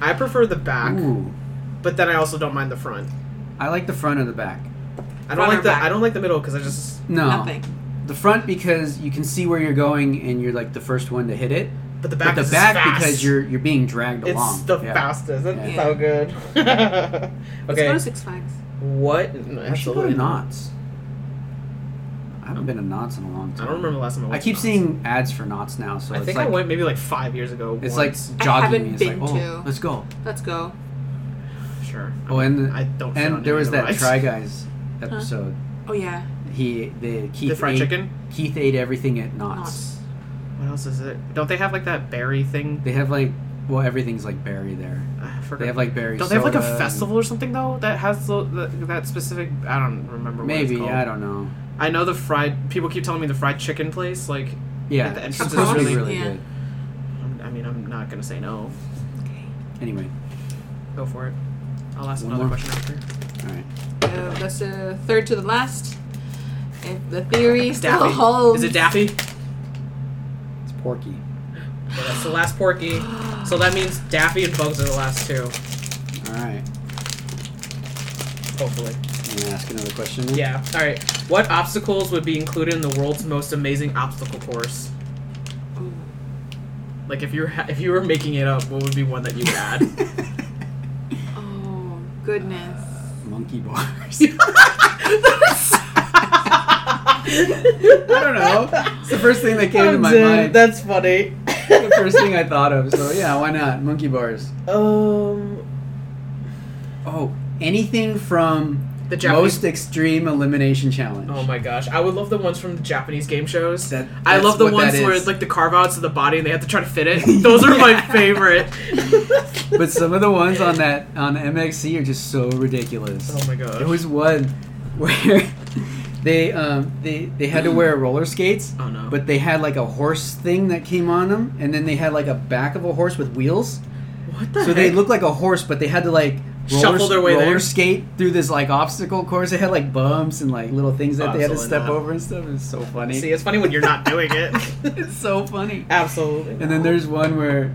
S1: I prefer the back,
S4: Ooh,
S1: but then I also don't mind the front.
S4: I like the front or the back.
S1: I don't
S2: Front
S1: like
S2: or
S1: the
S2: back?
S1: I don't like the middle because I just
S4: No,
S2: Nothing.
S4: the front because you can see where you're going and you're like the first one to hit it.
S1: but the back
S4: but
S1: is
S4: the
S1: just
S4: back
S1: fast.
S4: because you're you're being dragged
S1: it's
S4: along.
S1: the
S4: Yeah.
S1: fastest. It's
S4: Yeah.
S1: so good.
S2: Let's go
S1: okay,
S2: to Six Flags.
S1: what? No,
S4: I should go to
S1: absolutely not.
S4: Knots. I haven't been to Knots in a long
S1: I
S4: time.
S1: don't remember the last time I
S4: I
S1: went.
S4: keep
S1: to Knott's.
S4: seeing ads for Knots now, so
S1: I
S4: it's
S1: think
S4: like
S1: I went maybe like five years ago.
S4: it's like
S1: once.
S2: haven't
S4: jogging me. It's like,
S2: been
S4: oh,
S2: to.
S4: let's go.
S2: Let's go.
S1: sure.
S4: Oh, and
S1: I don't. fit on
S4: and
S1: any
S4: there was
S1: of the
S4: that
S1: rides.
S4: Try Guys episode,
S2: Oh yeah,
S4: he the Keith
S1: the fried
S4: ate,
S1: chicken.
S4: Keith ate everything at Knots.
S2: knots.
S1: What else is it? Don't they have like that berry thing?
S4: They have like well everything's like berry there.
S1: I forgot.
S4: They have like berry.
S1: Don't they have like a
S4: soda and-
S1: festival or something though that has the, the, that specific? I don't remember. What
S4: Maybe
S1: it's
S4: I don't know.
S1: I know the fried. People keep telling me the fried chicken place. Like,
S4: Yeah,
S1: At the
S4: it's
S1: entrance
S4: supposed to be
S1: is
S4: really
S2: yeah.
S4: good.
S1: I'm- I mean, I'm not gonna say no.
S4: Anyway,
S1: Go for it. I'll ask
S4: One
S1: another
S4: more.
S1: question after.
S4: all right.
S2: Uh, that's the third to the last. If the theory still
S1: Daffy.
S2: holds,
S1: Is it Daffy?
S4: It's Porky.
S1: Yeah, that's the last Porky. So that means Daffy and Bugs are the last two.
S4: All right.
S1: Hopefully.
S4: I'm gonna ask another question. Now?
S1: Yeah. All right. What obstacles would be included in the world's most amazing obstacle course?
S2: Ooh.
S1: Like if you were ha- if you were making it up, what would be one that you would add?
S2: Oh goodness.
S4: Monkey bars.
S1: I
S4: I don't know. It's the first thing that came to my mind.
S1: That's funny.
S4: the first thing I thought of. So yeah, why not monkey bars?
S1: Um,
S4: Oh, anything from
S1: the Japanese.
S4: most extreme elimination challenge.
S1: oh my gosh, I would love the ones from the Japanese game shows.
S4: That-
S1: I
S4: that's
S1: love the
S4: what
S1: ones
S4: that
S1: where
S4: is.
S1: it's like the carve outs of the body and they have to try to fit it. Those are my favorite.
S4: But some of the ones on that on MXC are just so ridiculous.
S1: oh my gosh.
S4: There was one where they um they they had to wear roller skates.
S1: oh no.
S4: But they had like a horse thing that came on them, and then they had like a back of a horse with wheels.
S1: what the
S4: So they
S1: heck?
S4: looked like a horse, but they had to like roller,
S1: Shuffle their way
S4: roller
S1: there.
S4: skate through this like obstacle course. They had like bumps and like little things that they had to
S1: Absolutely
S4: step
S1: not.
S4: over and stuff. It's so funny.
S1: See, it's funny when you're not doing it.
S4: it's so funny.
S1: Absolutely.
S4: And then there's one where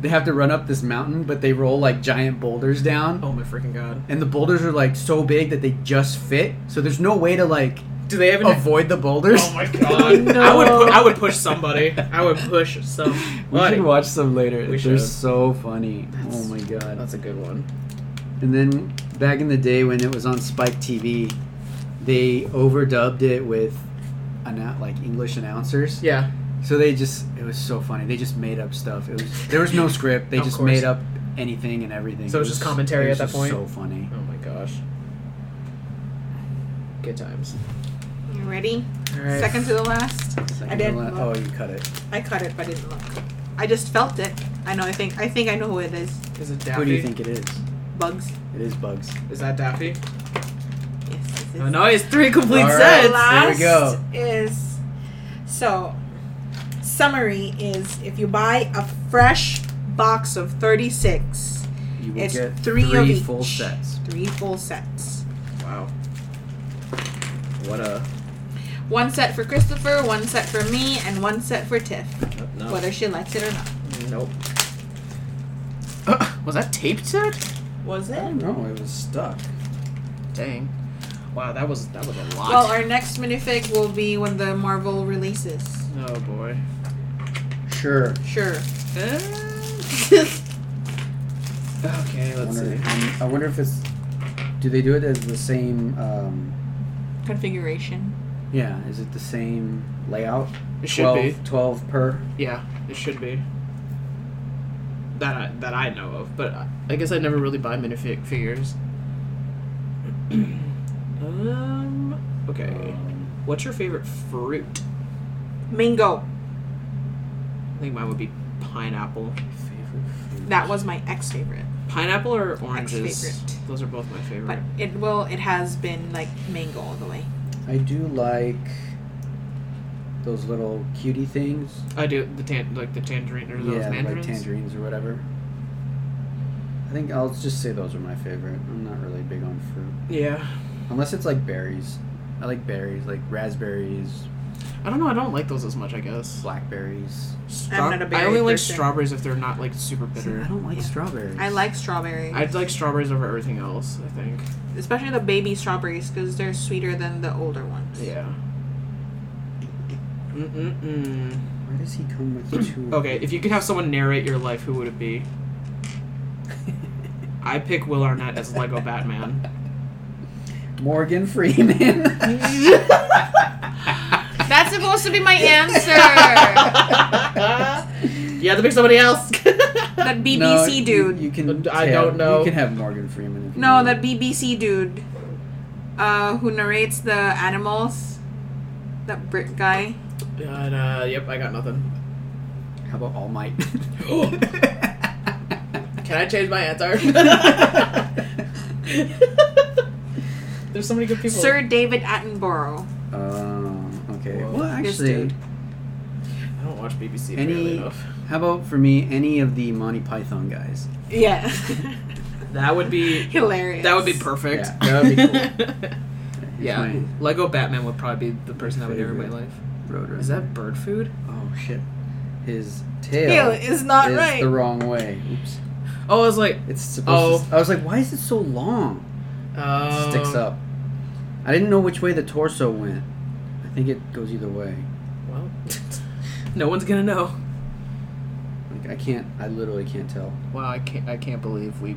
S4: they have to run up this mountain, but they roll like giant boulders down.
S1: Oh my freaking god.
S4: And the boulders are like so big that they just fit. So there's no way to like
S1: Do they even?
S4: avoid the boulders.
S1: oh my god.
S2: No.
S1: I would. Pu- I would push somebody. I would push somebody.
S4: We should watch some later.
S1: We
S4: They're
S1: should.
S4: so funny. oh my god.
S1: That's a good one.
S4: And then back in the day when it was on Spike TV, they overdubbed it with annou- like English announcers.
S1: Yeah.
S4: So they just it was so funny. They just made up stuff. It was there was no script. They
S1: Of
S4: just
S1: course.
S4: made up anything and everything.
S1: So it was just commentary
S4: it was
S1: at that
S4: just
S1: point?
S4: So funny.
S1: Oh my gosh. Good times.
S2: You ready?
S1: All right.
S2: Second to the last.
S4: Second
S2: I
S4: to
S2: did.
S4: la- Oh, you cut it.
S2: I cut it, but I didn't look. I just felt it. I know. I think. I think I know who it is.
S1: Is it Daffy?
S4: Who do you think it is?
S2: Bugs.
S4: It is Bugs.
S1: Is that Daffy?
S2: Yes. yes,
S4: Oh,
S2: yes.
S1: No, no, it's three complete
S4: All right.
S1: sets.
S4: There we go.
S2: Last is so summary is if you buy a fresh box of 36
S4: You will
S2: it's
S4: get
S2: three,
S4: three
S2: of each.
S4: full sets.
S2: three full sets
S1: Wow. What a
S2: one set for christopher one set for me and one set for tiff
S4: Oh.
S1: no.
S2: whether she likes it or not
S1: Nope. was that taped set?
S2: was
S4: I don't know. It was stuck.
S1: Dang. Wow, that was that was a lot.
S2: well our next minifig will be when the marvel releases
S1: oh boy.
S4: Sure.
S2: sure
S1: Okay,
S4: I
S1: let's
S4: wonder,
S1: see.
S4: um, I wonder if it's. Do they do it as the same? Um,
S2: configuration
S4: Yeah, is it the same layout?
S1: It should
S4: 12,
S1: be.
S4: 12 per.
S1: Yeah, it should be. That I, that I know of, but I, I guess I never really buy minifig figures. um. Okay. What's your favorite fruit?
S2: mingo
S1: I think mine would be pineapple.
S2: that was my ex favorite
S1: Pineapple or oranges?
S2: favorite.
S1: Those are both my favorite.
S2: but it will it has been like mango all the way
S4: I do like those little cutie things.
S1: I do the tan like the tangerine or those
S4: yeah,
S1: mandarins.
S4: like tangerines or whatever. I think I'll just say those are my favorite. I'm not really big on fruit.
S1: Yeah,
S4: Unless it's like berries. I like berries, like raspberries,
S1: I don't know. I don't like those as much. I guess.
S4: blackberries.
S1: Stra-
S2: I'm not a
S1: I
S2: berry
S1: only like
S2: person.
S1: strawberries if they're not like super
S4: See, I
S1: bitter.
S4: don't like
S2: Yeah.
S4: strawberries.
S2: I like strawberry,
S1: I'd like strawberries over everything else. I think.
S2: especially the baby strawberries because they're sweeter than the older ones.
S1: Yeah. Mm-mm-mm.
S4: Why does he come with two?
S1: Okay, if you could have someone narrate your life, who would it be? I pick Will Arnett as Lego Batman.
S4: Morgan Freeman.
S2: That's supposed to be my answer.
S1: You have to pick somebody else.
S2: that BBC
S4: No, you-
S2: dude.
S4: You, can.
S1: I
S4: have-
S1: don't know.
S4: You can have Morgan Freeman. If you
S2: no,
S4: want.
S2: that BBC dude. uh, who narrates the animals. That Brit guy.
S1: God, uh, yep, I got nothing.
S4: How about All Might?
S1: Can I change my answer? There's so many good people.
S2: Sir David Attenborough.
S4: um, okay.
S1: Whoa.
S4: Well,
S2: This
S4: actually,
S2: dude.
S1: I don't watch BBC
S4: any.
S1: fairly enough.
S4: How about for me, any of the Monty Python guys?
S2: Yeah.
S1: That would be
S2: Hilarious.
S1: that would be perfect.
S4: Yeah, that would be
S1: cool.
S4: Here's
S1: yeah,
S4: my
S1: Lego Batman would probably be the person I would hear in my
S4: favorite.
S1: life.
S4: road
S1: Is
S4: runner.
S1: that bird food?
S4: Oh shit! His
S2: Ew,
S4: tail
S2: it's not
S4: is
S2: right.
S4: the wrong way. Oops.
S1: Oh, I was like,
S4: It's supposed. To, I was like, why is it so long?
S1: Oh. um,
S4: sticks up. I didn't know which way the torso went. I think it goes either way.
S1: Well, no one's gonna know.
S4: Like I can't. I literally can't tell.
S1: Wow, I can't. I can't believe we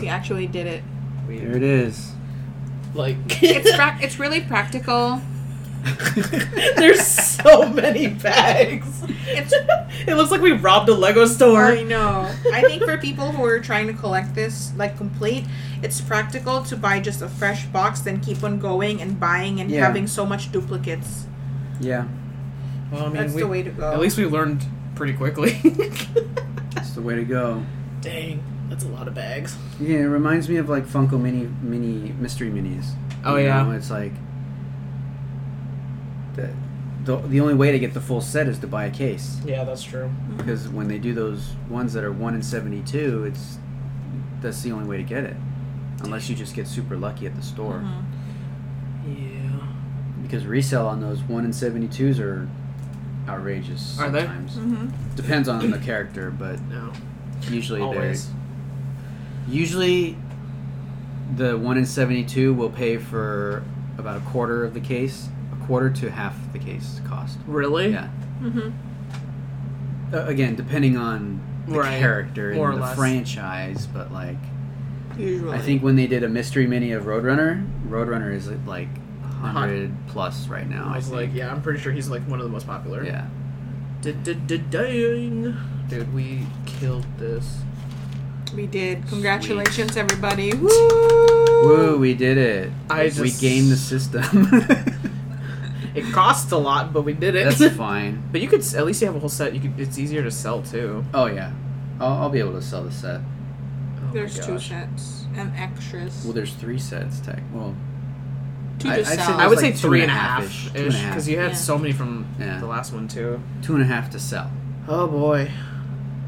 S2: he actually did it.
S4: There it is.
S1: like.
S2: It's prac it's really practical.
S1: There's so many bags.
S2: It's
S1: It looks like we robbed a Lego store.
S2: I know. I think for people who are trying to collect this like complete, it's practical to buy just a fresh box than keep on going and buying and
S4: Yeah.
S2: having so much duplicates.
S4: Yeah,
S1: Well, I mean,
S2: That's
S1: we-
S2: the way to go.
S1: at least we learned pretty quickly.
S4: that's the way to go.
S1: Dang, that's a lot of bags.
S4: Yeah, it reminds me of like Funko Mini Mini Mystery Minis.
S1: Oh, yeah.
S4: know, it's like the, the the only way to get the full set is to buy a case
S1: Yeah, that's true.
S4: because when they do those ones that are one in seventy two, it's that's the only way to get it, unless you just get super lucky at the store.
S2: Mhm.
S1: Yeah.
S4: because resale on those one and seventy twos are outrageous.
S1: Are they?
S4: sometimes.
S2: Mhm.
S4: Depends on the character, but
S1: No.
S4: usually they're
S1: Always.
S4: usually the one in seventy two will pay for about a quarter of the case, a quarter to half the case cost.
S1: Really?
S4: Yeah.
S2: Mhm.
S4: Uh, again, depending on the
S1: Right.
S4: character and
S1: More or
S4: the
S1: less.
S4: franchise, but like
S2: Usually.
S4: I think when they did a mystery mini of Roadrunner, Roadrunner is at like hundred plus right now.
S1: I was like,
S4: think.
S1: yeah, I'm pretty sure he's like one of the most popular.
S4: yeah.
S1: Dang. Dude, we killed this.
S2: we did. Congratulations everybody. Woo!
S4: Woo, we did it.
S1: I
S4: we
S1: just-
S4: gamed the system.
S1: It costs a lot, but we did it.
S4: That's fine.
S1: But you could s- at least you have a whole set. You could. It's easier to sell too.
S4: Oh yeah, I'll, I'll be able to sell the set.
S1: Oh my
S2: There's two
S1: gosh.
S2: sets and extras.
S4: Well, there's three sets. Tech. Well,
S2: Two
S4: I-
S2: to
S4: I'd say
S2: sell.
S1: I would
S4: It's like
S1: say
S4: two
S1: three
S4: and
S1: and
S4: a
S1: a
S4: half-ish,
S1: half
S4: two and a
S1: ish
S4: half.
S1: because you had
S2: Yeah.
S1: so many from
S4: Yeah.
S1: the last one too.
S4: two and a half to sell.
S1: Oh boy.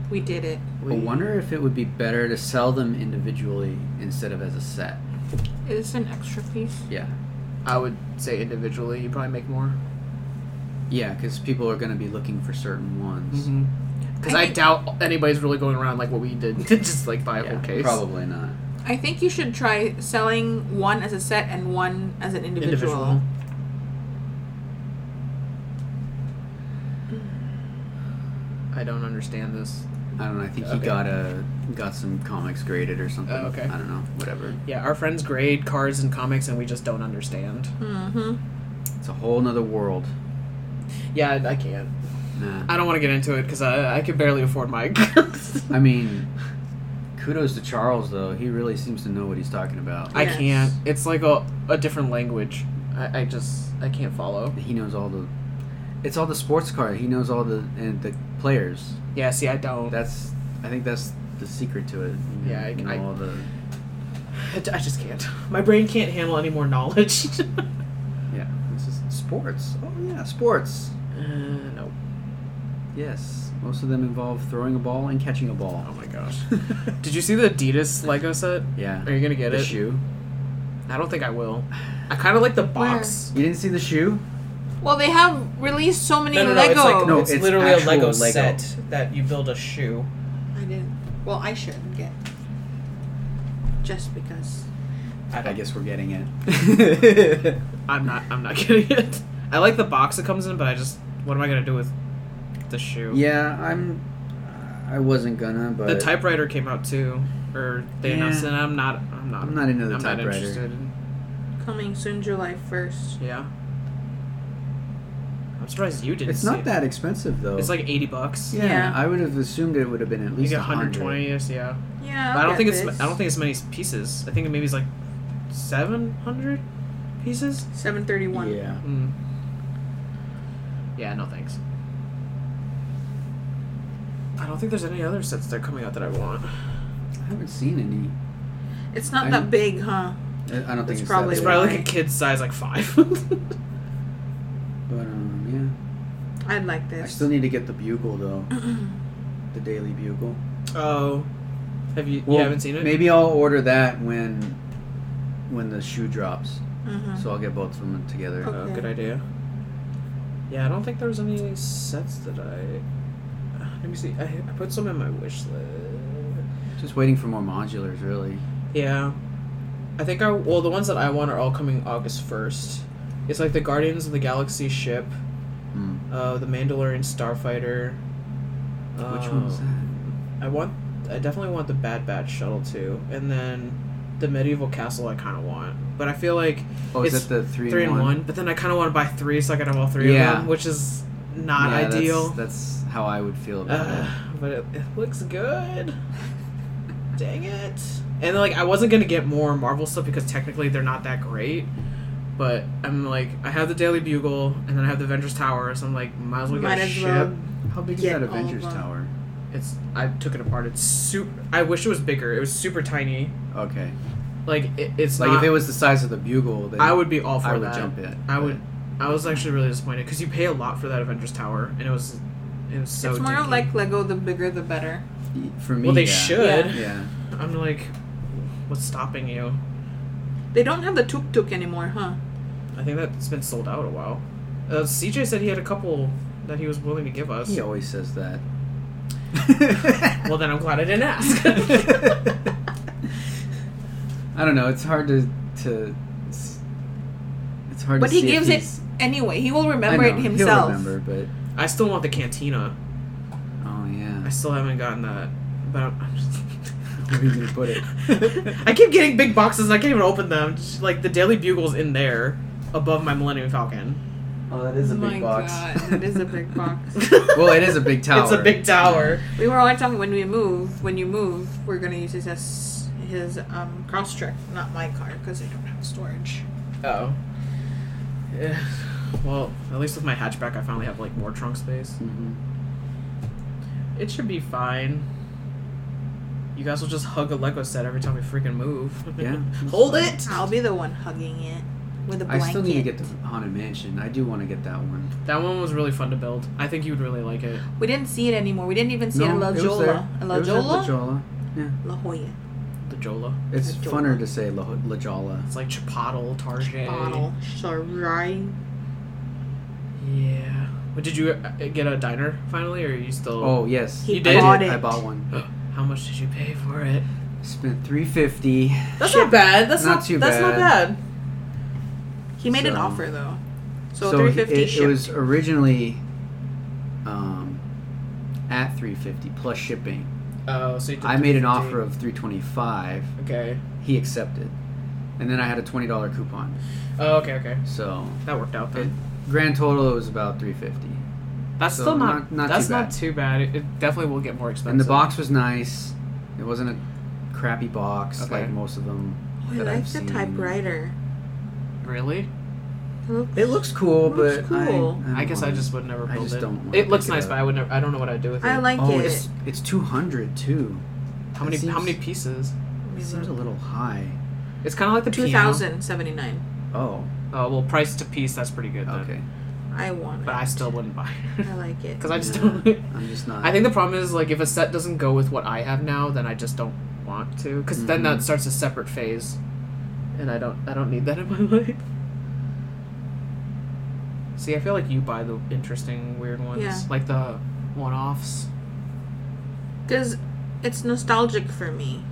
S2: we did it.
S4: I wonder if it would be better to sell them individually instead of as a set.
S2: Is this an extra piece?
S4: Yeah,
S1: I would say individually, you probably make more.
S4: yeah, because people are going to be looking for certain ones.
S1: Because I,
S2: I think-
S1: doubt anybody's really going around like what we did, to just like buy a
S4: Yeah,
S1: whole case.
S4: Probably not.
S2: I think you should try selling one as a set and one as an individual.
S1: Individual. I don't understand this.
S4: I don't know. I think he
S1: Okay.
S4: got a got some comics graded or something.
S1: Oh, okay.
S4: I don't know. Whatever.
S1: Yeah, our friends grade cards and comics, and we just don't understand.
S2: Mm-hmm.
S4: It's a whole nother world.
S1: Yeah, I- I can't.
S4: Nah.
S1: I don't want to get into it because I I could barely afford my.
S4: I mean, kudos to Charles though. He really seems to know what he's talking about.
S1: I
S2: Yes.
S1: can't. It's like a a different language. I, I just I can't follow.
S4: He knows all the. It's all the sports card. He knows all the and the players.
S1: Yeah, see, I don't.
S4: That's. I think that's the secret to it. You
S1: Yeah, I-
S4: know
S1: I-
S4: all the.
S1: I I just can't. My brain can't handle any more knowledge. uh,
S4: Yeah. This is sports. Oh yeah, sports.
S1: no.
S4: Yes, most of them involve throwing a ball and catching a ball.
S1: Oh my gosh. Did you see the Adidas Lego set?
S4: yeah.
S1: Are you gonna get
S4: the
S1: it?
S4: shoe.
S1: I don't think I will. I kind of like the box.
S4: You didn't see the shoe?
S2: Well, they have released so many Lego.
S4: no, it's actual Lego.
S1: that you build a shoe.
S2: I didn't. Well, I shouldn't get just because.
S4: I guess we're getting it.
S1: I'm not. I'm not getting it. I like the box it comes in, but I just what am I gonna do with the shoe?
S4: yeah, I'm. I wasn't gonna, but
S1: The typewriter came out too, or they
S4: Yeah.
S1: announced it. and I'm not. I'm not.
S4: I'm not into the
S1: I'm
S4: typewriter.
S1: Not interested. in-
S2: Coming soon, July first.
S1: Yeah. I'm surprised you didn't.
S4: it's
S1: see
S4: not
S1: it.
S4: that expensive though.
S1: It's like 80 bucks.
S4: Yeah,
S2: Yeah.
S4: I would have assumed it would have been at
S1: Like
S4: least
S1: 120
S4: 120.
S1: ish. Yeah.
S2: Yeah,
S1: But I don't think it's. I don't think it's many pieces. I think it maybe it's like 700.
S5: pieces?
S2: Seven thirty one.
S4: Yeah.
S1: Mm. Yeah, no thanks. I don't think there's any other sets that are coming out that I want.
S4: I haven't seen any.
S2: It's not
S4: I-
S2: that big, huh?
S4: I I don't
S2: It's
S4: think it's
S2: probably
S4: that
S1: It's
S4: big,
S1: probably like a
S2: Right.
S1: kid's size, like five.
S4: But um,
S2: I'd like this.
S4: yeah, I
S2: Mm-hmm.
S4: still need to get the bugle though. the Daily Bugle.
S1: oh, have you?
S4: Well,
S1: you haven't seen it?
S4: Maybe I'll order that when when the shoe drops.
S2: Mhm.
S4: So I'll get both of them together.
S1: Oh,
S2: Okay.
S1: good idea. Yeah, I don't think there was any sets that I. Uh, Let me see. I, I put some in my wish list.
S4: Just waiting for more modulars, really.
S1: Yeah. I think I well the ones that I want are all coming August first. It's like the Guardians of the Galaxy ship,
S4: Mm.
S1: uh, the Mandalorian starfighter.
S4: Which one was
S1: Um,
S4: that?
S1: I want. I definitely want the Bad Batch shuttle too, and then the medieval castle. I kind of want, but I feel like
S4: Oh, is
S1: it's
S4: that the three,
S1: three
S4: and
S1: and
S4: one?
S1: But then I kind of want to buy three so I can have all three
S4: Yeah.
S1: of them, which is not
S4: Yeah, that's-
S1: ideal.
S4: That's, how I would feel about
S1: Uh, but it, it looks good. Dang it. And like I wasn't gonna get more Marvel stuff because technically they're not that great. But I'm like I have the Daily Bugle and then I have the Avengers Tower, so I'm like might as well get
S2: Might
S1: a
S2: as
S1: ship.
S2: well.
S4: it. How big is
S2: Get
S4: that
S2: all
S4: Avengers
S2: of them.
S4: Tower?
S1: It's I took it apart. It's super I wish it was bigger. It was super tiny.
S4: Okay.
S1: Like it, it's
S4: Like
S1: not,
S4: if it was the size of the bugle, then
S1: I would be all for
S4: I would
S1: that.
S4: jump it.
S1: I would I was actually really disappointed because you pay a lot for that Avengers Tower and it was it was so
S2: it's more
S1: dinky.
S2: like Lego. The bigger, the better.
S4: but For me,
S1: Well they
S4: yeah.
S1: should.
S4: Yeah.
S1: I'm like what's stopping you?
S2: They don't have the tuk tuk anymore, huh?
S1: I think that's been sold out a while. Uh, CJ said he had a couple that he was willing to give us.
S4: He always says that.
S1: Well, then I'm glad I didn't ask.
S4: I don't know. It's hard to to. It's, it's hard.
S2: But
S4: to
S2: he
S4: see if
S2: gives it
S4: he's-
S2: anyway. He will
S4: I
S2: remember
S4: know,
S2: it himself.
S4: He'll remember,
S1: I still want the cantina.
S4: but oh
S1: I
S4: yeah.
S1: still haven't gotten that. But I'm, I'm just.
S4: Where are you gonna put it?
S1: I keep getting big boxes. and I can't even open them. Just, like the Daily Bugle's in there, above my Millennium Falcon.
S4: Oh, that is a
S2: My
S4: big box.
S2: God, it is a big box.
S4: well, it is a big tower.
S1: It's a big tower.
S2: We were always talking when we move. When you move, we're gonna use his as his um, cross trek, not my car, because I don't have storage.
S1: Oh. Yeah. Well, at least with my hatchback, I finally have like more trunk space.
S4: Mhm.
S1: It should be fine. You guys will just hug a Lego set every time we freaking move.
S4: Yeah.
S1: Hold it!
S2: I'll be the one hugging it with a
S4: I
S2: blanket.
S4: still need to get the haunted mansion. I do want to get that one.
S1: That one was really fun to build. I think you'd really like it.
S2: We didn't see it anymore. We didn't even see it in La
S4: it was there.
S2: Jolla. La
S4: It was at La
S2: Jolla?
S4: Jolla. Yeah.
S2: La Jolla.
S1: The Jola.
S4: It's
S2: La Jolla.
S4: funner to say La, La Jolla.
S1: It's like Chipotle, Target.
S2: Bottle. Sorry.
S1: Yeah. But did you uh, get a diner finally, or are you still?
S4: Oh yes,
S2: He
S4: I
S2: bought
S4: I
S2: it.
S4: bought one.
S1: How much did you pay for it?
S4: Spent three fifty.
S1: That's not bad. That's
S4: Not
S1: not,
S4: too
S1: That's not bad.
S4: bad.
S2: He made an
S4: So-
S2: offer though. So,
S4: so
S2: three
S4: it,
S2: fifty
S4: it was originally um, at three fifty plus shipping.
S1: Oh, so you did
S4: I made an
S1: 350.
S4: offer of three twenty five.
S1: Okay.
S4: He accepted, and then I had a twenty dollar coupon.
S1: Oh, okay, okay.
S4: So
S1: That worked out
S4: it,
S1: then.
S4: grand total it was about three fifty.
S1: that's
S4: so
S1: still not.
S4: not- not too
S1: that's not
S4: bad.
S1: too bad. It, it definitely will get more expensive.
S4: And the box was nice. It wasn't a crappy box
S1: Okay.
S4: like most of them.
S2: Oh, I
S4: that
S2: like
S4: I've
S2: the
S4: seen.
S2: typewriter.
S1: Really?
S2: It looks-
S4: It looks cool,
S2: Looks
S4: but I-
S2: cool.
S4: I,
S1: I guess I
S4: wanna-
S1: just would never
S4: I
S1: build
S4: just
S1: it.
S4: don't wanna
S1: it looks
S4: pick it
S1: nice,
S4: up.
S1: but I would never. I don't know what I'd do with it.
S2: I like
S4: Oh,
S2: it.
S4: it's it's two hundred too.
S1: how many
S4: It
S1: how many
S4: seems-
S1: pieces?
S2: Let me
S4: It seems a
S2: look.
S4: little high.
S1: It's kind of like the piano.
S2: 2079.
S4: Oh,
S1: Oh well, price to piece that's pretty good. Then.
S4: okay.
S2: I want it.
S1: But I still wouldn't buy it
S2: I like it.
S1: because I just
S4: Yeah.
S1: don't.
S4: I'm just not.
S1: I think the problem is like if a set doesn't go with what I have now, then I just don't want to because then
S4: Mhm.
S1: that starts a separate phase, and I don't I don't need that in my life. See, I feel like you buy the interesting, weird ones,
S2: Yeah.
S1: like the one-offs.
S2: Because it's nostalgic for me.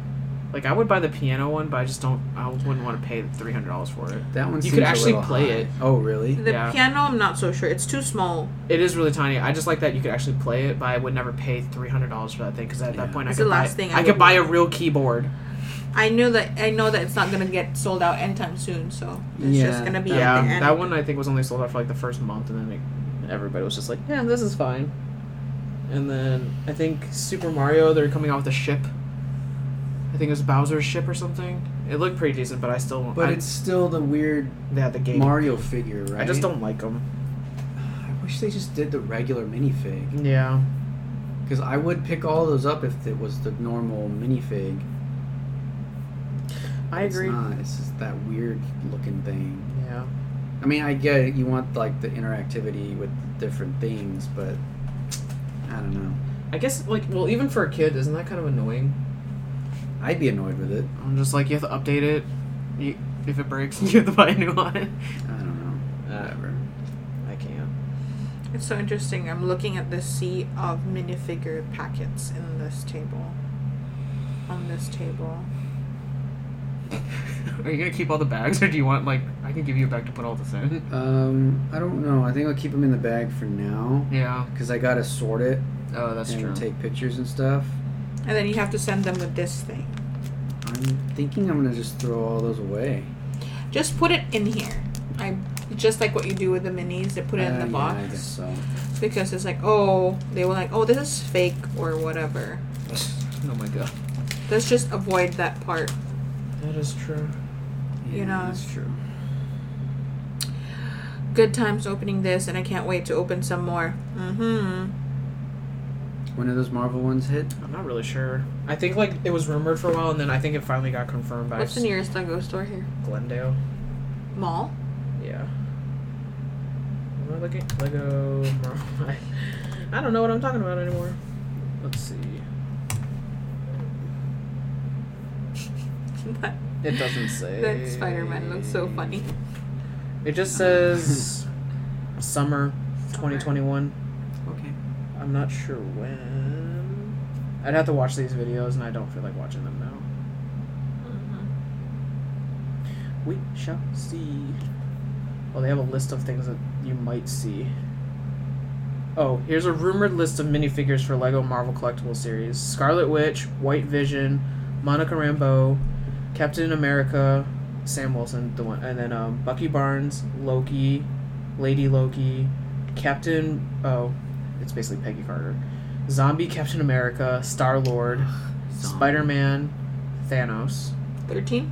S1: Like I would buy the piano one, but I just don't. I wouldn't want to pay three hundred dollars for it.
S4: that one.
S1: you
S4: seems
S1: could
S4: a
S1: actually
S4: little
S1: play
S4: high.
S1: it.
S4: Oh, really?
S2: The
S1: Yeah.
S2: piano, I'm not so sure. It's too small.
S1: It is really tiny. I just like that you could actually play it, but I would never pay three hundred dollars for that thing because at
S4: Yeah.
S1: that point
S2: It's
S1: I could
S2: the last
S1: buy,
S2: thing I
S1: I, could
S2: would
S1: buy a
S2: want.
S1: real keyboard.
S2: I knew that. I know that it's not gonna get sold out anytime soon. So it's
S4: Yeah,
S2: just gonna be
S1: Yeah,
S2: at the end.
S1: that one I think was only sold out for like the first month, and then it, everybody was just like, "Yeah, this is fine." And then I think Super Mario, they're coming out with a ship. I think it was Bowser's ship or something. It looked pretty decent, but I still.
S4: But
S1: I,
S4: it's still the weird
S1: they had the game.
S4: Mario figure, right?
S1: I just don't like them.
S4: I wish they just did the regular minifig.
S1: Yeah.
S4: Because I would pick all those up if it was the normal minifig.
S1: I
S4: It's
S1: agree.
S4: not. It's just that weird looking thing.
S1: Yeah.
S4: I mean, I get it. You want like the interactivity with different things, but I don't know.
S1: I guess like well, even for a kid, isn't that kind of annoying?
S4: I'd be annoyed with it.
S1: I'm just like you have to update it. You, if it breaks, you have to buy a new one.
S4: I don't know.
S1: Uh,
S4: Whatever.
S1: I can't.
S2: It's so interesting. I'm looking at the sea of minifigure packets in this table. On this table.
S1: Are you gonna keep all the bags, or do you want like I can give you a bag to put all this in?
S4: Um, I don't know. I think I'll keep them in the bag for now
S1: Yeah.
S4: because I gotta sort it
S1: Oh, that's
S4: and
S1: true.
S4: take pictures and stuff.
S2: And then you have to send them with this thing.
S4: I'm thinking I'm gonna just throw all those away.
S2: Just put it in here. I just like what you do with the minis, they put it in
S4: Uh,
S2: the
S4: yeah,
S2: box.
S4: I guess so.
S2: Because it's like, oh, they were like, oh, this is fake or whatever.
S1: oh my god.
S2: Let's just avoid that part.
S1: That is true.
S2: You
S4: Yeah,
S2: know.
S4: that's true.
S2: Good times opening this, and I can't wait to open some more. Mm-hmm.
S4: When do those Marvel ones hit?
S1: I'm not really sure. I think like it was rumored for a while, and then I think it finally got confirmed by
S2: What's the nearest Lego store here?
S1: Glendale.
S2: Mall?
S1: Yeah. Am I looking Lego? Marvel- I- I don't know what I'm talking about anymore. Let's see. It doesn't say.
S2: that Spider-Man looks so funny.
S1: It just says summer 2021.
S4: Okay.
S1: I'm not sure when. I'd have to watch these videos, and I don't feel like watching them now.
S2: Mm-hmm.
S1: We shall see. Well, they have a list of things that you might see. Oh, here's a rumored list of minifigures for LEGO Marvel Collectible Series Scarlet Witch, White Vision, Monica Rambeau, Captain America, Sam Wilson, the one, and then um, Bucky Barnes, Loki, Lady Loki, Captain. Oh, it's basically Peggy Carter. Zombie Captain America, Star Lord, Spider Man, Thanos.
S2: 13?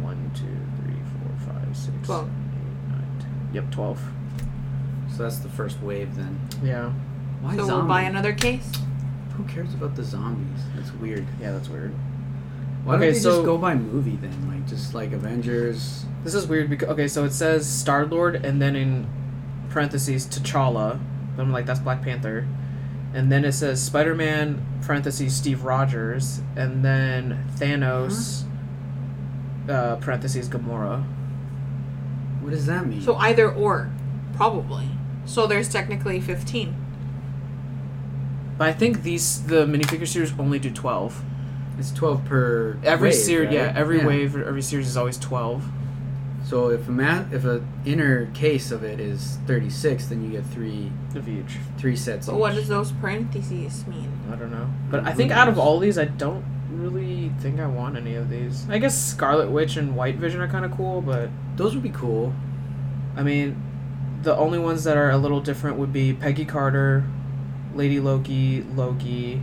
S1: One, two, three, four, five, six,
S2: Twelve.
S1: seven, eight, nine, ten. Yep, twelve.
S4: So that's the first wave then.
S1: Yeah.
S4: Why
S2: So we'll
S4: zombies?
S2: buy another case?
S4: Who cares about the zombies? That's weird.
S1: Yeah, that's weird.
S4: Why
S1: Okay,
S4: don't they
S1: so-
S4: just go by movie then? Like just like Avengers.
S1: This is weird because okay, so it says Star Lord and then in parentheses T'Challa. I'm like that's Black Panther, and then it says Spider Man parentheses Steve Rogers and then Thanos. Uh, parentheses Gamora.
S4: What does that mean?
S2: So either or, probably. So there's technically 15.
S1: But I think these the minifigure series only do twelve.
S4: it's twelve per
S1: Every
S4: wave,
S1: series,
S4: right?
S1: yeah, every wave or every series is always twelve.
S4: So if a ma- if a inner case of it is thirty six, then you get three
S1: Of each.
S4: three sets.
S2: But what
S4: each.
S2: does those parentheses mean?
S1: I don't know. But I think out of all these, I don't really think I want any of these. I guess Scarlet Witch and White Vision are kind of cool, but
S4: Those would be cool.
S1: I mean, the only ones that are a little different would be Peggy Carter, Lady Loki, Loki.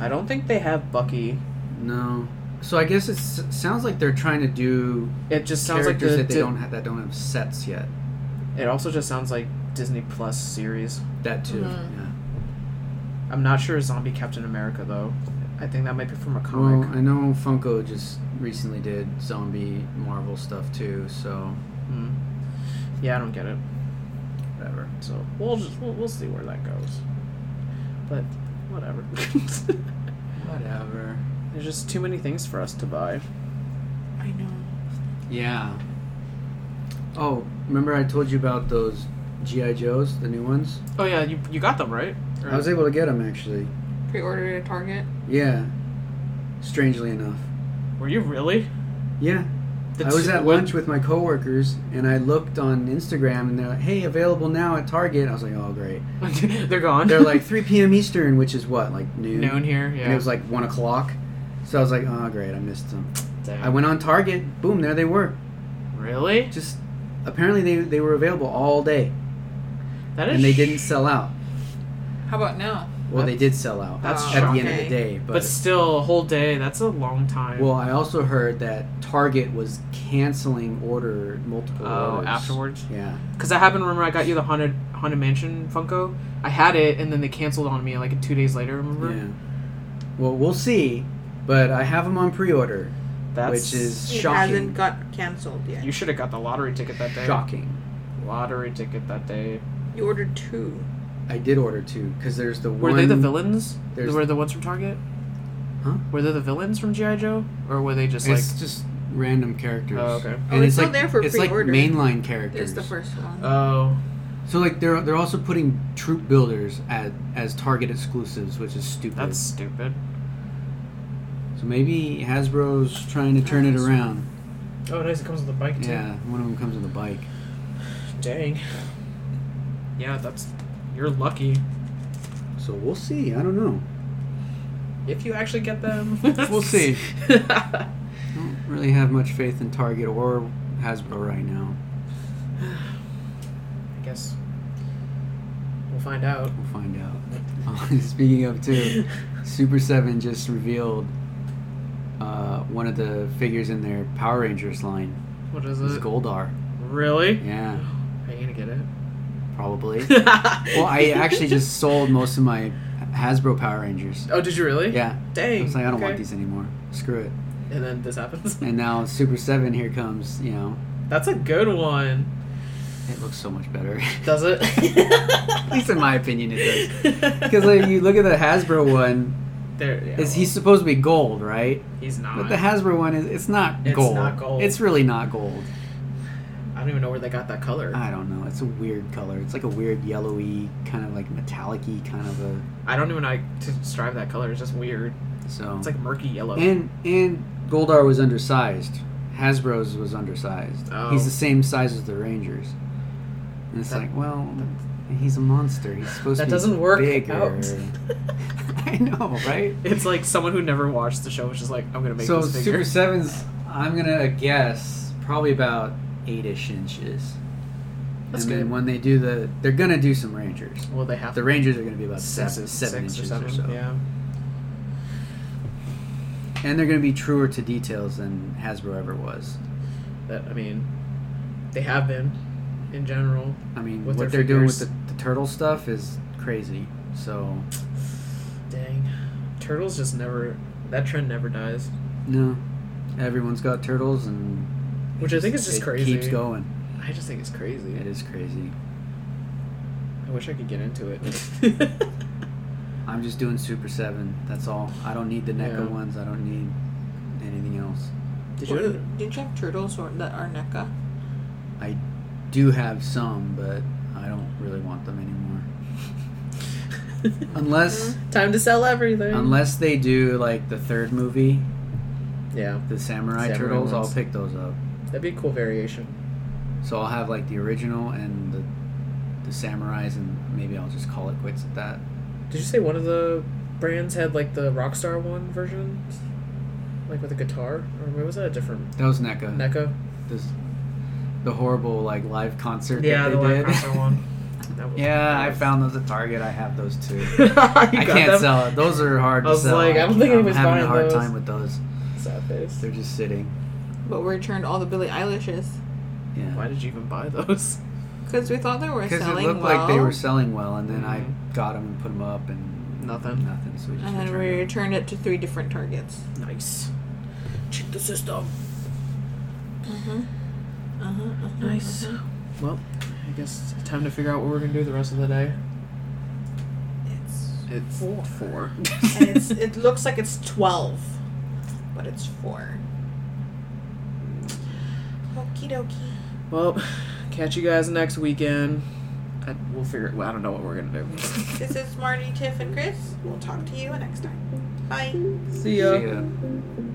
S1: I don't think they have Bucky.
S4: No. So I guess it sounds like they're trying to do
S1: It just sounds like
S4: characters
S1: the,
S4: that they
S1: Di-
S4: don't have that don't have sets yet.
S1: It also just sounds like Disney Plus series.
S4: That too.
S2: Mhm.
S1: Mm-hmm.
S4: Yeah.
S1: I'm not sure Zombie Captain America though. I think that might be from a comic.
S4: Well, I know Funko just recently did zombie Marvel stuff too, so
S1: Hmm. Yeah, I don't get it.
S4: whatever.
S1: So we'll just we'll, we'll see where that goes. But whatever.
S4: Whatever.
S1: There's just too many things for us to buy.
S2: I know.
S4: Yeah. Oh, remember I told you about those GI Joes, the new ones?
S1: Oh yeah, you you got them right.
S4: I was able to get them actually.
S2: Pre-ordered at Target.
S4: Yeah. Strangely enough.
S1: Were you really?
S4: Yeah.
S1: The
S4: I was
S1: two-
S4: at
S1: what-
S4: lunch with my coworkers and I looked on Instagram and they're like, "Hey, available now at Target." I was like, "Oh, great."
S1: They're gone.
S4: They're like 3 p.m. Eastern, which is what, like noon.
S1: noon here. Yeah.
S4: And it was like one o'clock. So I was like, "Oh, great, I missed them."
S1: Damn.
S4: I went on Target. Boom, there they were.
S1: Really?
S4: Just apparently they they were available all day
S1: That is.
S4: and they didn't sell out.
S2: How about now?
S4: Well, they did sell out
S1: That's
S2: Oh,
S4: at the end of the
S2: okay.
S4: day,
S1: But,
S4: but,
S1: still, a whole day, that's a long time.
S4: well, I also heard that Target was canceling order multiple
S1: Oh,
S4: orders
S1: afterwards?
S4: Yeah,
S1: Because that happened, remember I got you the Haunted, Haunted Mansion Funko? I had it, and then they canceled on me like two days later, remember?
S4: yeah. Well, we'll see, but I have them on pre-order,
S1: That's,
S4: which is
S2: It
S4: shocking.
S2: hasn't got canceled yet.
S1: You should have got the lottery ticket that day.
S4: shocking.
S1: Lottery ticket that day.
S2: You ordered two.
S4: I did order two because there's the
S1: Were
S4: one.
S1: they the villains? They
S4: there's-
S1: were the ones from Target?
S4: Huh?
S1: Were they the villains from G.I. Joe? Or were they just like.
S4: It's just random characters.
S1: Oh, okay.
S2: Oh, it's still there for
S4: it's
S2: pre-order.
S4: like mainline
S2: There's
S4: characters.
S2: the first one.
S1: Oh.
S4: So like they're they're also putting troop builders at as Target exclusives, which is stupid.
S1: That's stupid.
S4: so maybe Hasbro's trying to turn it around.
S5: Oh, nice. It comes with a bike too.
S4: Yeah, one of them comes with a bike.
S5: Dang.
S1: Yeah, that's. You're lucky.
S4: So we'll see. I don't know.
S1: If you actually get them.
S4: We'll see. I don't really have much faith in Target or Hasbro right now.
S1: I guess we'll find out.
S4: We'll find out. Speaking of too, Super Seven just revealed uh, one of the figures in their Power Rangers line.
S1: What is
S4: It's
S1: it?
S4: Goldar.
S1: Really?
S4: Yeah,
S1: Are you gonna get it?
S4: probably. well, I actually just sold most of my Hasbro Power Rangers.
S1: Oh, did you really?
S4: Yeah,
S1: Dang.
S4: I was like, I don't want
S1: okay.
S4: these anymore. Screw it.
S1: And then this happens.
S4: And now Super Seven here comes. You know,
S1: That's a good one.
S4: it looks so much better.
S1: Does it?
S4: at least in my opinion, it does. Because like you look at the Hasbro one,
S1: there. Yeah,
S4: is he's supposed to be gold, right?
S1: well, He's not.
S4: But the Hasbro one is it's not
S1: Uh-huh. It's
S4: gold.
S1: not gold.
S4: It's really not gold.
S1: I don't even know where they got that color.
S4: I don't know. It's a weird color. It's like a weird yellowy, kind of like metallic-y kind of a
S1: I don't even like to describe that color. It's just weird.
S4: so
S1: It's like murky yellow.
S4: and and Goldar was undersized. Hasbro's was undersized.
S1: Oh.
S4: He's the same size as the Rangers. And it's
S1: That-
S4: like, well, he's a monster. He's supposed
S1: That
S4: to be
S1: doesn't work
S4: bigger.
S1: out.
S4: I know, right?
S1: it's like someone who never watched the show was just like, I'm gonna make
S4: so
S1: this
S4: Super
S1: figure.
S4: Sevens, I'm gonna guess probably about eight-ish inches.
S1: That's
S4: and
S1: good.
S4: then when they do the, they're gonna do some Rangers.
S1: well, they have
S4: The Rangers are gonna be about
S1: six,
S4: seven,
S1: six
S4: seven inches
S1: or seven.
S4: so,
S1: Yeah.
S4: and they're gonna be truer to details than Hasbro ever was.
S1: That I mean, they have been, in general.
S4: I mean,
S1: With
S4: what
S1: their
S4: they're doing with
S1: figures.
S4: the, the turtle stuff is crazy. So
S1: Dang, turtles just never. That trend never dies,
S4: no, everyone's got turtles, and
S1: which I think is just
S4: it
S1: crazy.
S4: keeps going.
S1: I just think it's crazy.
S4: It is crazy.
S1: I wish I could get into it.
S4: I'm just doing Super Seven. That's all. I don't need the NECA
S1: Yeah.
S4: ones. I don't need anything else.
S1: Did
S2: Wait, didn't you have turtles or that are E NECA?
S4: I do have some, but I don't really want them anymore.
S1: Mm-hmm.
S4: unless
S1: Time to sell everything.
S4: unless they do like the third movie,
S1: yeah,
S4: the Samurai,
S1: Samurai
S4: Turtles,
S1: ones.
S4: I'll pick those up.
S1: that'd be a cool variation.
S4: So I'll have like the original and the the samurais, and maybe I'll just call it quits at that.
S1: Did you say one of the brands had like the Rockstar one version, like with a guitar, or was that a different
S4: That was NECA.
S1: NECA?
S4: This, the horrible like live concert. that they did.
S1: That was-
S4: yeah, I found those at Target. I have those too.
S1: you
S4: I
S1: I
S4: can't sell it. Those are hard
S1: I
S4: to
S1: was
S4: sell.
S1: like, I don't think
S4: I'm
S1: anybody's
S4: having
S1: buying
S4: a hard
S1: those.
S4: time with those.
S1: Sad face.
S4: They're just sitting.
S2: But we returned all the Billie Eilishes
S4: Yeah.
S1: Why did you even buy those?
S2: because we thought they were
S4: Because
S2: selling
S4: it looked
S2: well. Mm-hmm.
S4: like they were selling well, and then I got them and put them up, and
S1: Nothing.
S4: nothing. So we just
S2: and then we
S4: returned 'em.
S2: returned it to three different targets.
S1: Nice. Check the system.
S2: Mm-hmm. Uh-huh, uh-huh,
S1: Nice.
S2: uh-huh.
S1: Well, I guess it's time to figure out what we're gonna do the rest of the day.
S2: It's
S1: It's
S2: Four.
S1: four.
S2: and it's it looks like it's twelve, but it's four. Okie dokie.
S1: well, catch you guys next weekend. I, we'll figure. Well, I don't know what we're gonna do.
S2: This is Marty, Tiff, and Chris. We'll talk to you next time. Bye.
S1: See
S4: See ya.